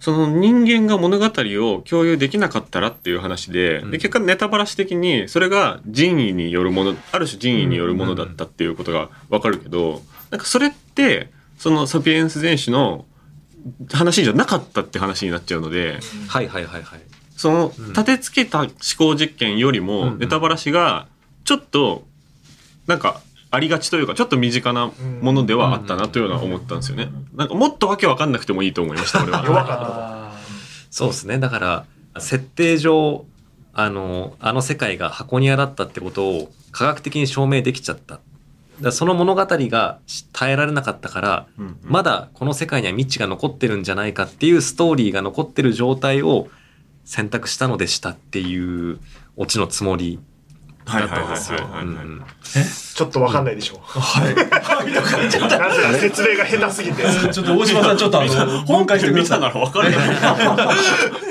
[SPEAKER 5] その人間が物語を共有できなかったらっていう話で、
[SPEAKER 2] ん
[SPEAKER 5] で結果ネタバラシ的にそれが人為によるもの、ある種人為によるものだったっていうことがわかるけど、なんかそれって、そのサピエンス全史の話じゃなかったって話になっちゃうので、
[SPEAKER 2] はいはいはいはい。
[SPEAKER 5] その
[SPEAKER 2] うん
[SPEAKER 5] 立てつけた思考実験より
[SPEAKER 2] うん
[SPEAKER 5] も
[SPEAKER 2] うん
[SPEAKER 5] ネタバラシがちょっとなんかありがちというかちょっと身近なものではあったなというのは思ったんですよね。なんかもっとわけわかんなくてもいいと思いました俺は。
[SPEAKER 1] 弱かった
[SPEAKER 2] そうですね。だから、設定上、あの、あの世界が箱庭だったってことを科学的に証明できちゃった。だからその物語が耐えられなかったから、
[SPEAKER 5] うん
[SPEAKER 2] まだこの世界には未知が残ってるんじゃないかっていうストーリーが残ってる状態を選択したのでしたっていうオチのつもり
[SPEAKER 5] はい
[SPEAKER 2] だっ
[SPEAKER 5] はい
[SPEAKER 2] た
[SPEAKER 5] は
[SPEAKER 2] ん
[SPEAKER 5] い
[SPEAKER 2] ですよ。
[SPEAKER 5] はいはいはい
[SPEAKER 2] うんうん
[SPEAKER 1] ちょっとわかんないでしょう。
[SPEAKER 3] はい。ちょっと、
[SPEAKER 1] な ぜなら説明が下手す ぎて。
[SPEAKER 3] ちょっと大島さん、ちょっとあの、本書いてくださ
[SPEAKER 5] 見たならわかるよ。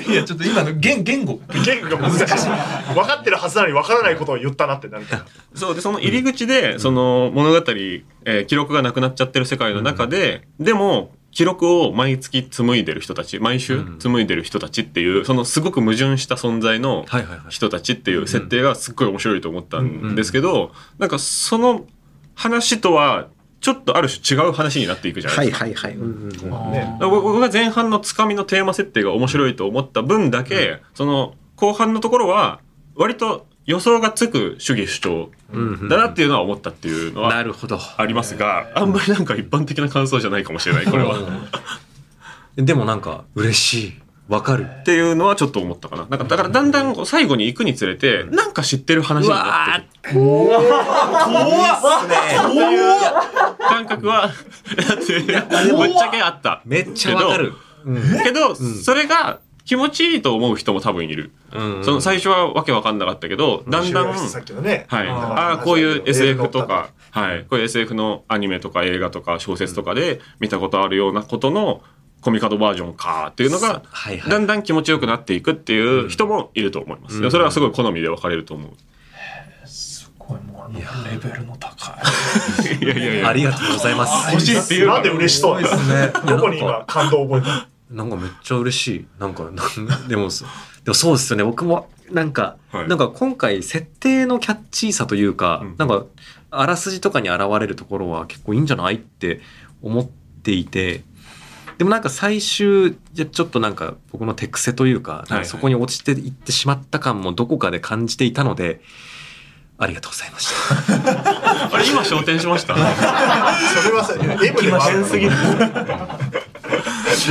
[SPEAKER 3] い。いや、ちょっと今の言言語が。
[SPEAKER 1] 言語が難しい。分かってるはずなのに分からないことを言ったなってなるから。
[SPEAKER 5] そうでその入り口で、その物語、えー記録がなくなっちゃってる世界の中で、でも記録を毎月紡いでる人たち毎週紡いでる人たちっていう、そのすごく矛盾した存在の
[SPEAKER 2] はいはいはい。
[SPEAKER 5] 人たちっていう設定がすっごい面白いと思ったんですけど、なんかその話とはちょっとある種違う話になっていくじゃないですか。
[SPEAKER 2] いはい。うんうんうん
[SPEAKER 1] ね
[SPEAKER 5] だから僕僕が前半のつかみのテーマ設定が面白いと思った分だけ、その後半のところは割と予想がつく主義主張だなっていうのは思ったっていうの
[SPEAKER 2] な
[SPEAKER 5] は
[SPEAKER 2] るほど。
[SPEAKER 5] ありますが、あんまりなんか一般的な感想じゃないかもしれない、これは。
[SPEAKER 2] でもなんか嬉しい。わかる。
[SPEAKER 5] っていうのはちょっと思ったかな。なんかだからだんだんこう最後に行くにつれて、なんか知ってる話になってくる。感覚は、だって、ぶっちゃけあった。
[SPEAKER 2] めっちゃわかる。
[SPEAKER 5] けど、それが気持ちいいと思う人も多分いる。
[SPEAKER 2] うん
[SPEAKER 5] その最初はわけわかんなかったけど、だんだん、
[SPEAKER 1] 面白いですさっきのね。
[SPEAKER 5] はい。
[SPEAKER 1] うん
[SPEAKER 5] ああ、こういう SF とか、はい。こういう SF のアニメとか映画とか小説とかで見たことあるようなことのコミカドバージョンかっていうのが、
[SPEAKER 2] はいはい
[SPEAKER 5] だんだん気持ちよくなっていくっていう人もいると思います。でもそれはすごい好みで分かれると思う。
[SPEAKER 3] すごいもうレベルの高い。
[SPEAKER 5] いやいやいや
[SPEAKER 2] あ。りがとうございます。
[SPEAKER 1] 欲しいっていうなんで嬉しそう
[SPEAKER 3] すごいですね。
[SPEAKER 1] どこに今感動を覚えたの
[SPEAKER 2] なんかめっちゃ嬉しい。なんか、なんでもそ、でもそうですよね。僕も、なんか、
[SPEAKER 5] はい
[SPEAKER 2] なんか今回、設定のキャッチーさというか、
[SPEAKER 5] うん
[SPEAKER 2] なんか、あらすじとかに現れるところは結構いいんじゃないって思っていて、でもなんか最終、じゃちょっとなんか僕の手癖というか、なんかそこに落ちていってしまった感もどこかで感じていたので、ありがとうございました。
[SPEAKER 5] あれ、今焦点しましたは
[SPEAKER 1] それはさ、M で悪すぎる。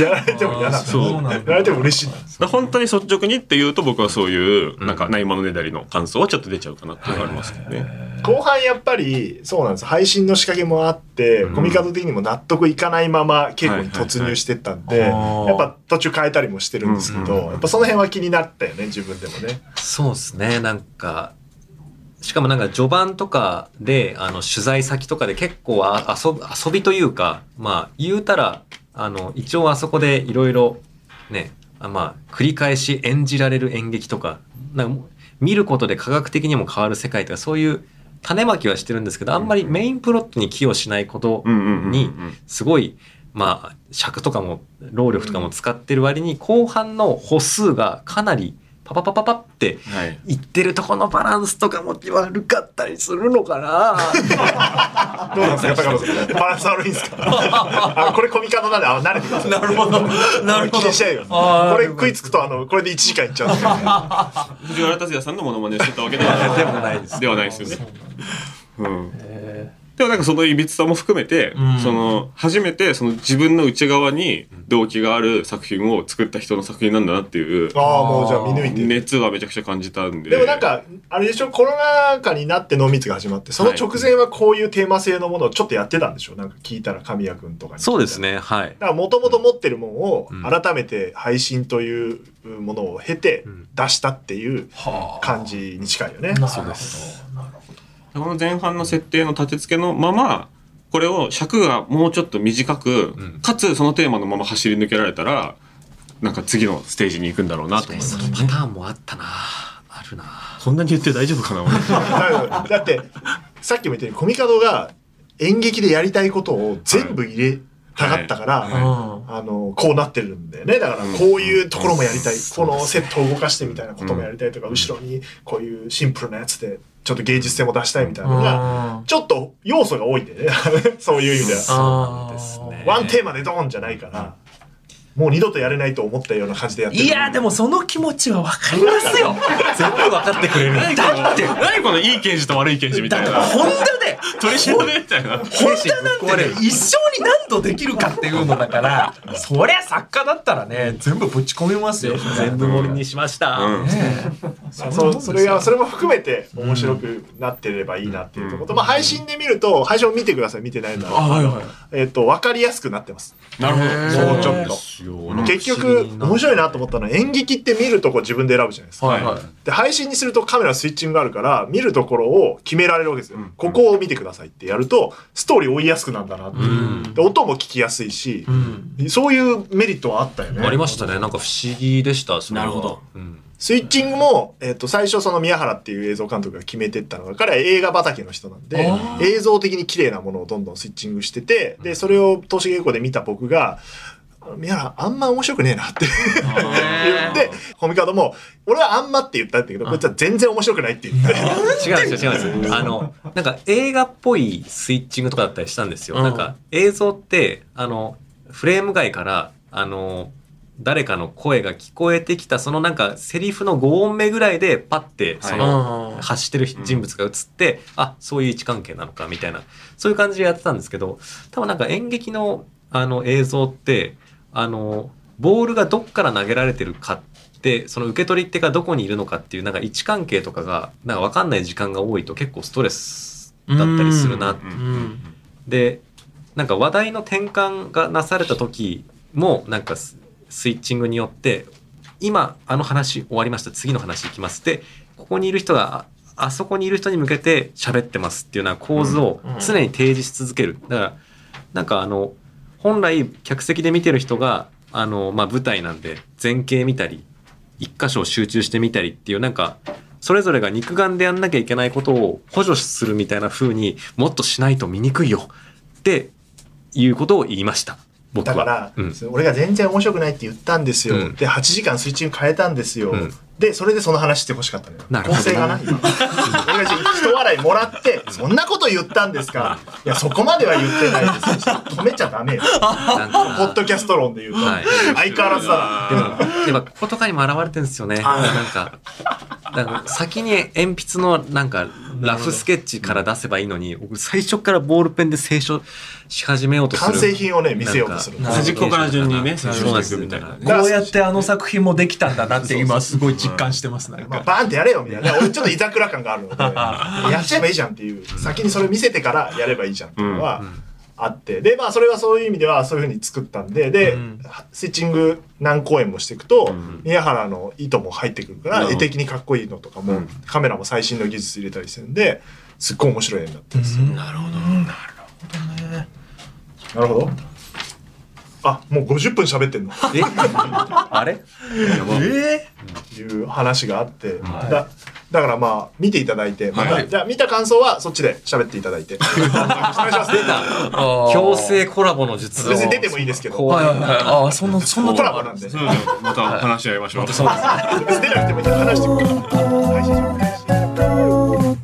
[SPEAKER 1] やられても嫌だ。
[SPEAKER 5] そ
[SPEAKER 3] な
[SPEAKER 5] う
[SPEAKER 3] んだ
[SPEAKER 1] やられても嬉しいな。
[SPEAKER 5] い本当に率直にっていうと僕はそういう、なんかないものねだりの感想はちょっと出ちゃうかなっていうのがありますけどね。
[SPEAKER 1] 後半やっぱりそうなんです配信の仕掛けもあって、コミカド的にも納得いかないまま稽古に突入してったんで、
[SPEAKER 3] はいはいはい
[SPEAKER 1] やっぱ途中変えたりもしてるんですけど、やっぱその辺は気になったよね自分でもね。
[SPEAKER 2] そうですねなんかしかもなんか序盤とかであの取材先とかで結構あ遊ぶ遊びというかまあ言うたらあの一応あそこでいろいろねあまあ繰り返し演じられる演劇とかなんかもう見ることで科学的にも変わる世界とかそういう種まきはしてるんですけどあんまりメインプロットに寄与しないこと
[SPEAKER 5] うんうんうんうん
[SPEAKER 2] にすごいまあ尺とかも労力とかも使ってる割に後半の歩数がかなりパパパパパって
[SPEAKER 5] はい。
[SPEAKER 2] 言ってるとこのバランスとかも悪かったりするのかな
[SPEAKER 1] どうなんですか高野さんバランス悪いん ですか。あこれコミカドなんであ慣れてください。 なるほどなるほど。気にしちゃうよ、
[SPEAKER 3] あー
[SPEAKER 1] これ食いつくとあのこれで1時間いっちゃうん ですよね。
[SPEAKER 5] 藤原竜也さんのモノマネをしてたわ けでは
[SPEAKER 2] でもないです
[SPEAKER 5] ではないですよね。うん
[SPEAKER 3] え
[SPEAKER 5] でもなんかそのいびつさも含めて、
[SPEAKER 3] ん
[SPEAKER 5] その初めてその自分の内側に動機がある作品を作った人の作品なんだなっていう
[SPEAKER 1] ああもうじゃあ見抜いてる。
[SPEAKER 5] 熱はめちゃくちゃ感じたんで。
[SPEAKER 1] でもなんか、あれでしょ、コロナ禍になって濃密が始まって、その直前はこういうテーマ性のものをちょっとやってたんでしょなんか聞いたら神谷くんとかに。
[SPEAKER 2] そうです。ねはい
[SPEAKER 1] だからもともと持ってるもんを改めて配信というものを経て出したっていう感じに近いよね。
[SPEAKER 3] ー、そうです。
[SPEAKER 5] この前半の設定の立て付けのままこれを尺がもうちょっと短く、かつそのテーマのまま走り抜けられたらなんか次のステージに行くんだろうなと思いま
[SPEAKER 2] そ
[SPEAKER 5] す。
[SPEAKER 2] のパターンもあったなあるな
[SPEAKER 5] こんなに言って大丈夫かな俺
[SPEAKER 1] だから だって、さっきも言ったようにコミカドが演劇でやりたいことを全部入れたかったから、
[SPEAKER 5] はいは
[SPEAKER 3] う
[SPEAKER 5] い
[SPEAKER 3] ん。
[SPEAKER 1] あのこうなってるんだよねだからこういうところもやりたい、このセットを動かしてみたいなこともやりたいとか、後ろにこういうシンプルなやつでちょっと芸術性も出したいみたいなのが、
[SPEAKER 3] あ
[SPEAKER 1] ちょっと要素が多いんだよね そういう意味では。
[SPEAKER 3] あー。
[SPEAKER 2] ですね
[SPEAKER 1] ワンテーマでドーンじゃないから、もう二度とやれないと思ったような感じでやってる
[SPEAKER 3] いや、でもその気持ちはわかりますよ。
[SPEAKER 2] 全部分かってくれる
[SPEAKER 3] だって、
[SPEAKER 5] 何このいい刑事と悪い刑事みた
[SPEAKER 3] だ
[SPEAKER 5] い
[SPEAKER 3] って
[SPEAKER 5] な
[SPEAKER 3] ホンダで、
[SPEAKER 5] 取り調べみたい
[SPEAKER 3] ホンダ
[SPEAKER 5] な。
[SPEAKER 3] なんてね、一生に何度できるかっていうのだから、そりゃ作家だったらね、全部ぶち込みますよ。
[SPEAKER 2] 全部盛りにしました、
[SPEAKER 5] う
[SPEAKER 1] あ
[SPEAKER 5] ん
[SPEAKER 1] そうそれがそれも含めて面白くなってればいいなっていうところと、まあ、配信で見ると配信を見てください見てないなら、
[SPEAKER 3] はいはい。
[SPEAKER 1] えっと分かりやすくなってます。
[SPEAKER 5] なるほど。
[SPEAKER 1] もうちょっと。結局面白いなと思ったのは演劇って見るとこ自分で選ぶじゃないですか、
[SPEAKER 3] はいはい。
[SPEAKER 1] で配信にするとカメラスイッチングがあるから見るところを決められるわけですよ、ここを見てくださいってやるとストーリー追いやすくなるんだなっていう、で音も聞きやすいし、そういうメリットはあったよね
[SPEAKER 2] ありましたねなんか不思議でしたなるほど、うん、
[SPEAKER 1] スイッチングも、えっと最初その宮原っていう映像監督が決めてったのが彼は映画畑の人なんで映像的に綺麗なものをどんどんスイッチングしててでそれを投資稽古で見た僕が「宮原あんま面白くねえな」って言ってコミカドも「俺はあんま」って言ったんだけどこいつは全然面白くないって言って
[SPEAKER 2] 違うんですよ違うんですよあのなんか映画っぽいスイッチングとかだったりしたんですよ、なんか映像ってあのフレーム外からあの誰かの声が聞こえてきたそのなんかセリフの5音目ぐらいでパッてその
[SPEAKER 3] あー
[SPEAKER 2] 発してる人物が映って、あそういう位置関係なのかみたいなそういう感じでやってたんですけど多分なんか演劇のあの映像ってあのボールがどっから投げられてるかってその受け取り手がどこにいるのかっていうなんか位置関係とかがなんか分かんない時間が多いと結構ストレスだったりするなっ
[SPEAKER 5] うん
[SPEAKER 3] うん
[SPEAKER 2] でなんか話題の転換がなされた時もなんかススイッチングによって今あの話終わりました次の話いきますでここにいる人がああそこにいる人に向けて喋ってますっていうような構図を
[SPEAKER 1] うんうん
[SPEAKER 2] 常に提示し続けるだからなんかあの本来客席で見てる人があの、まあ、舞台なんで前景見たり一箇所集中してみたりっていうなんかそれぞれが肉眼でやんなきゃいけないことを補助するみたいな風にもっとしないと見にくいよっていうことを言いました僕
[SPEAKER 1] だ
[SPEAKER 2] は。
[SPEAKER 1] から、
[SPEAKER 2] うん
[SPEAKER 1] それ俺が全然面白くないって言ったんですよ、
[SPEAKER 2] うん
[SPEAKER 1] で8時間スイッチング変えたんですよ、
[SPEAKER 2] うん
[SPEAKER 1] でそれでその話してほしかったのよ
[SPEAKER 2] なるほど
[SPEAKER 1] 構成がない 今俺が一笑いもらってそんなこと言ったんですかいやそこまでは言ってないです よ止めちゃダメよ
[SPEAKER 2] なんか
[SPEAKER 1] ポッドキャスト論で言うと、
[SPEAKER 2] はい
[SPEAKER 1] 相変わらずだな
[SPEAKER 2] でも、やっぱこことかにも現れてるんですよね。
[SPEAKER 1] あ
[SPEAKER 2] なんか、なんか先に鉛筆のなんかラフスケッチから出せばいいのに、僕最初からボールペンで清書し始めようとする。
[SPEAKER 1] 完成品をね見せようとする
[SPEAKER 2] なん
[SPEAKER 3] か
[SPEAKER 5] 端っこから順にね
[SPEAKER 2] そう
[SPEAKER 5] 接
[SPEAKER 2] なん
[SPEAKER 5] 触
[SPEAKER 2] で
[SPEAKER 5] して
[SPEAKER 2] す
[SPEAKER 5] いくみたいな
[SPEAKER 2] だか
[SPEAKER 3] こうやってあの作品もできたんだなって今すごい実感してますなん
[SPEAKER 1] まあ、
[SPEAKER 3] か。
[SPEAKER 1] バーンってやれよみた いな俺ちょっといざくら感があるのでやっちゃえばいいじゃんっていう先にそれ見せてからやればいいじゃんっていうのはあってでまあそれはそういう意味ではそういうふうに作ったんでで、
[SPEAKER 3] うん
[SPEAKER 1] スイッチング何公演もしていくと、
[SPEAKER 5] うん
[SPEAKER 1] 宮原の糸も入ってくるから、
[SPEAKER 5] うん
[SPEAKER 1] 絵的にかっこいいのとかも、
[SPEAKER 5] うん
[SPEAKER 1] カメラも最新の技術入れたりしてるんですっごい面白い絵になってるんですよ、
[SPEAKER 3] なるほど。なるほどね。
[SPEAKER 1] なるほどあもう50分喋ってんの
[SPEAKER 2] らえあれ
[SPEAKER 3] え
[SPEAKER 1] いう話があって、
[SPEAKER 3] い
[SPEAKER 1] だだからまあ見ていただいて、また
[SPEAKER 5] はい
[SPEAKER 1] じゃあ見た感想はそっちで喋っていただいてお願いします
[SPEAKER 3] えー。
[SPEAKER 2] 強制コラボの術を
[SPEAKER 1] 別に出てもいいですけど
[SPEAKER 2] 怖
[SPEAKER 3] はい
[SPEAKER 2] い
[SPEAKER 3] はいはい。ああ、そんな、そんな
[SPEAKER 1] コ
[SPEAKER 3] トラ
[SPEAKER 1] ラ
[SPEAKER 3] ブ
[SPEAKER 1] ボ
[SPEAKER 3] ル
[SPEAKER 1] なんで別
[SPEAKER 5] そうじゃあまた話し合いましょう。
[SPEAKER 1] に出なくてもいいから話してくれるから配信者もいいし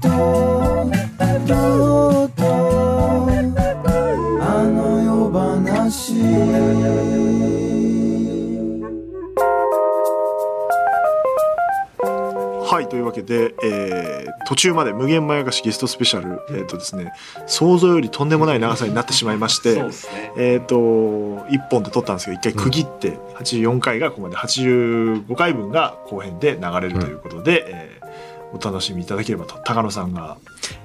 [SPEAKER 7] あの夜話
[SPEAKER 1] はい、というわけで、えー途中まで無限まやかしゲストスペシャル、えっ、とですね、想像よりとんでもない長さになってしまいま して、えっ、と、1本で撮ったんですけど、1回区切って、84回がここまで、85回分が後編で流れるということで、えーお楽しみいただければと、高野さんが。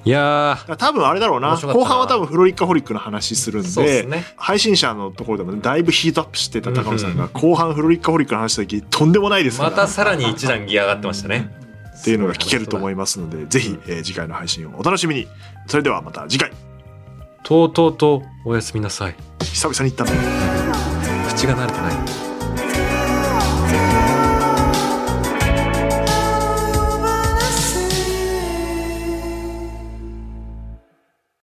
[SPEAKER 2] いや
[SPEAKER 1] だから多分あれだろうな、
[SPEAKER 2] 面白かった
[SPEAKER 1] 後
[SPEAKER 2] な
[SPEAKER 1] 半は多分フロリッカホリックの話するん
[SPEAKER 2] そうっ
[SPEAKER 1] で、
[SPEAKER 2] すね
[SPEAKER 1] 配信者のところでもねだいぶヒートアップしてた高野さんが、後半フロリッカホリックの話した時、とんでもないです
[SPEAKER 2] ー
[SPEAKER 1] から
[SPEAKER 2] またさらに一段ギア上がってましたね。
[SPEAKER 1] っていうのが聞けると思いますので、ぜひ、えー次回の配信をお楽しみに。それではまた次回、
[SPEAKER 2] とうとうとおやすみなさい。
[SPEAKER 1] 久々に行ったね。
[SPEAKER 2] 口が慣れてない。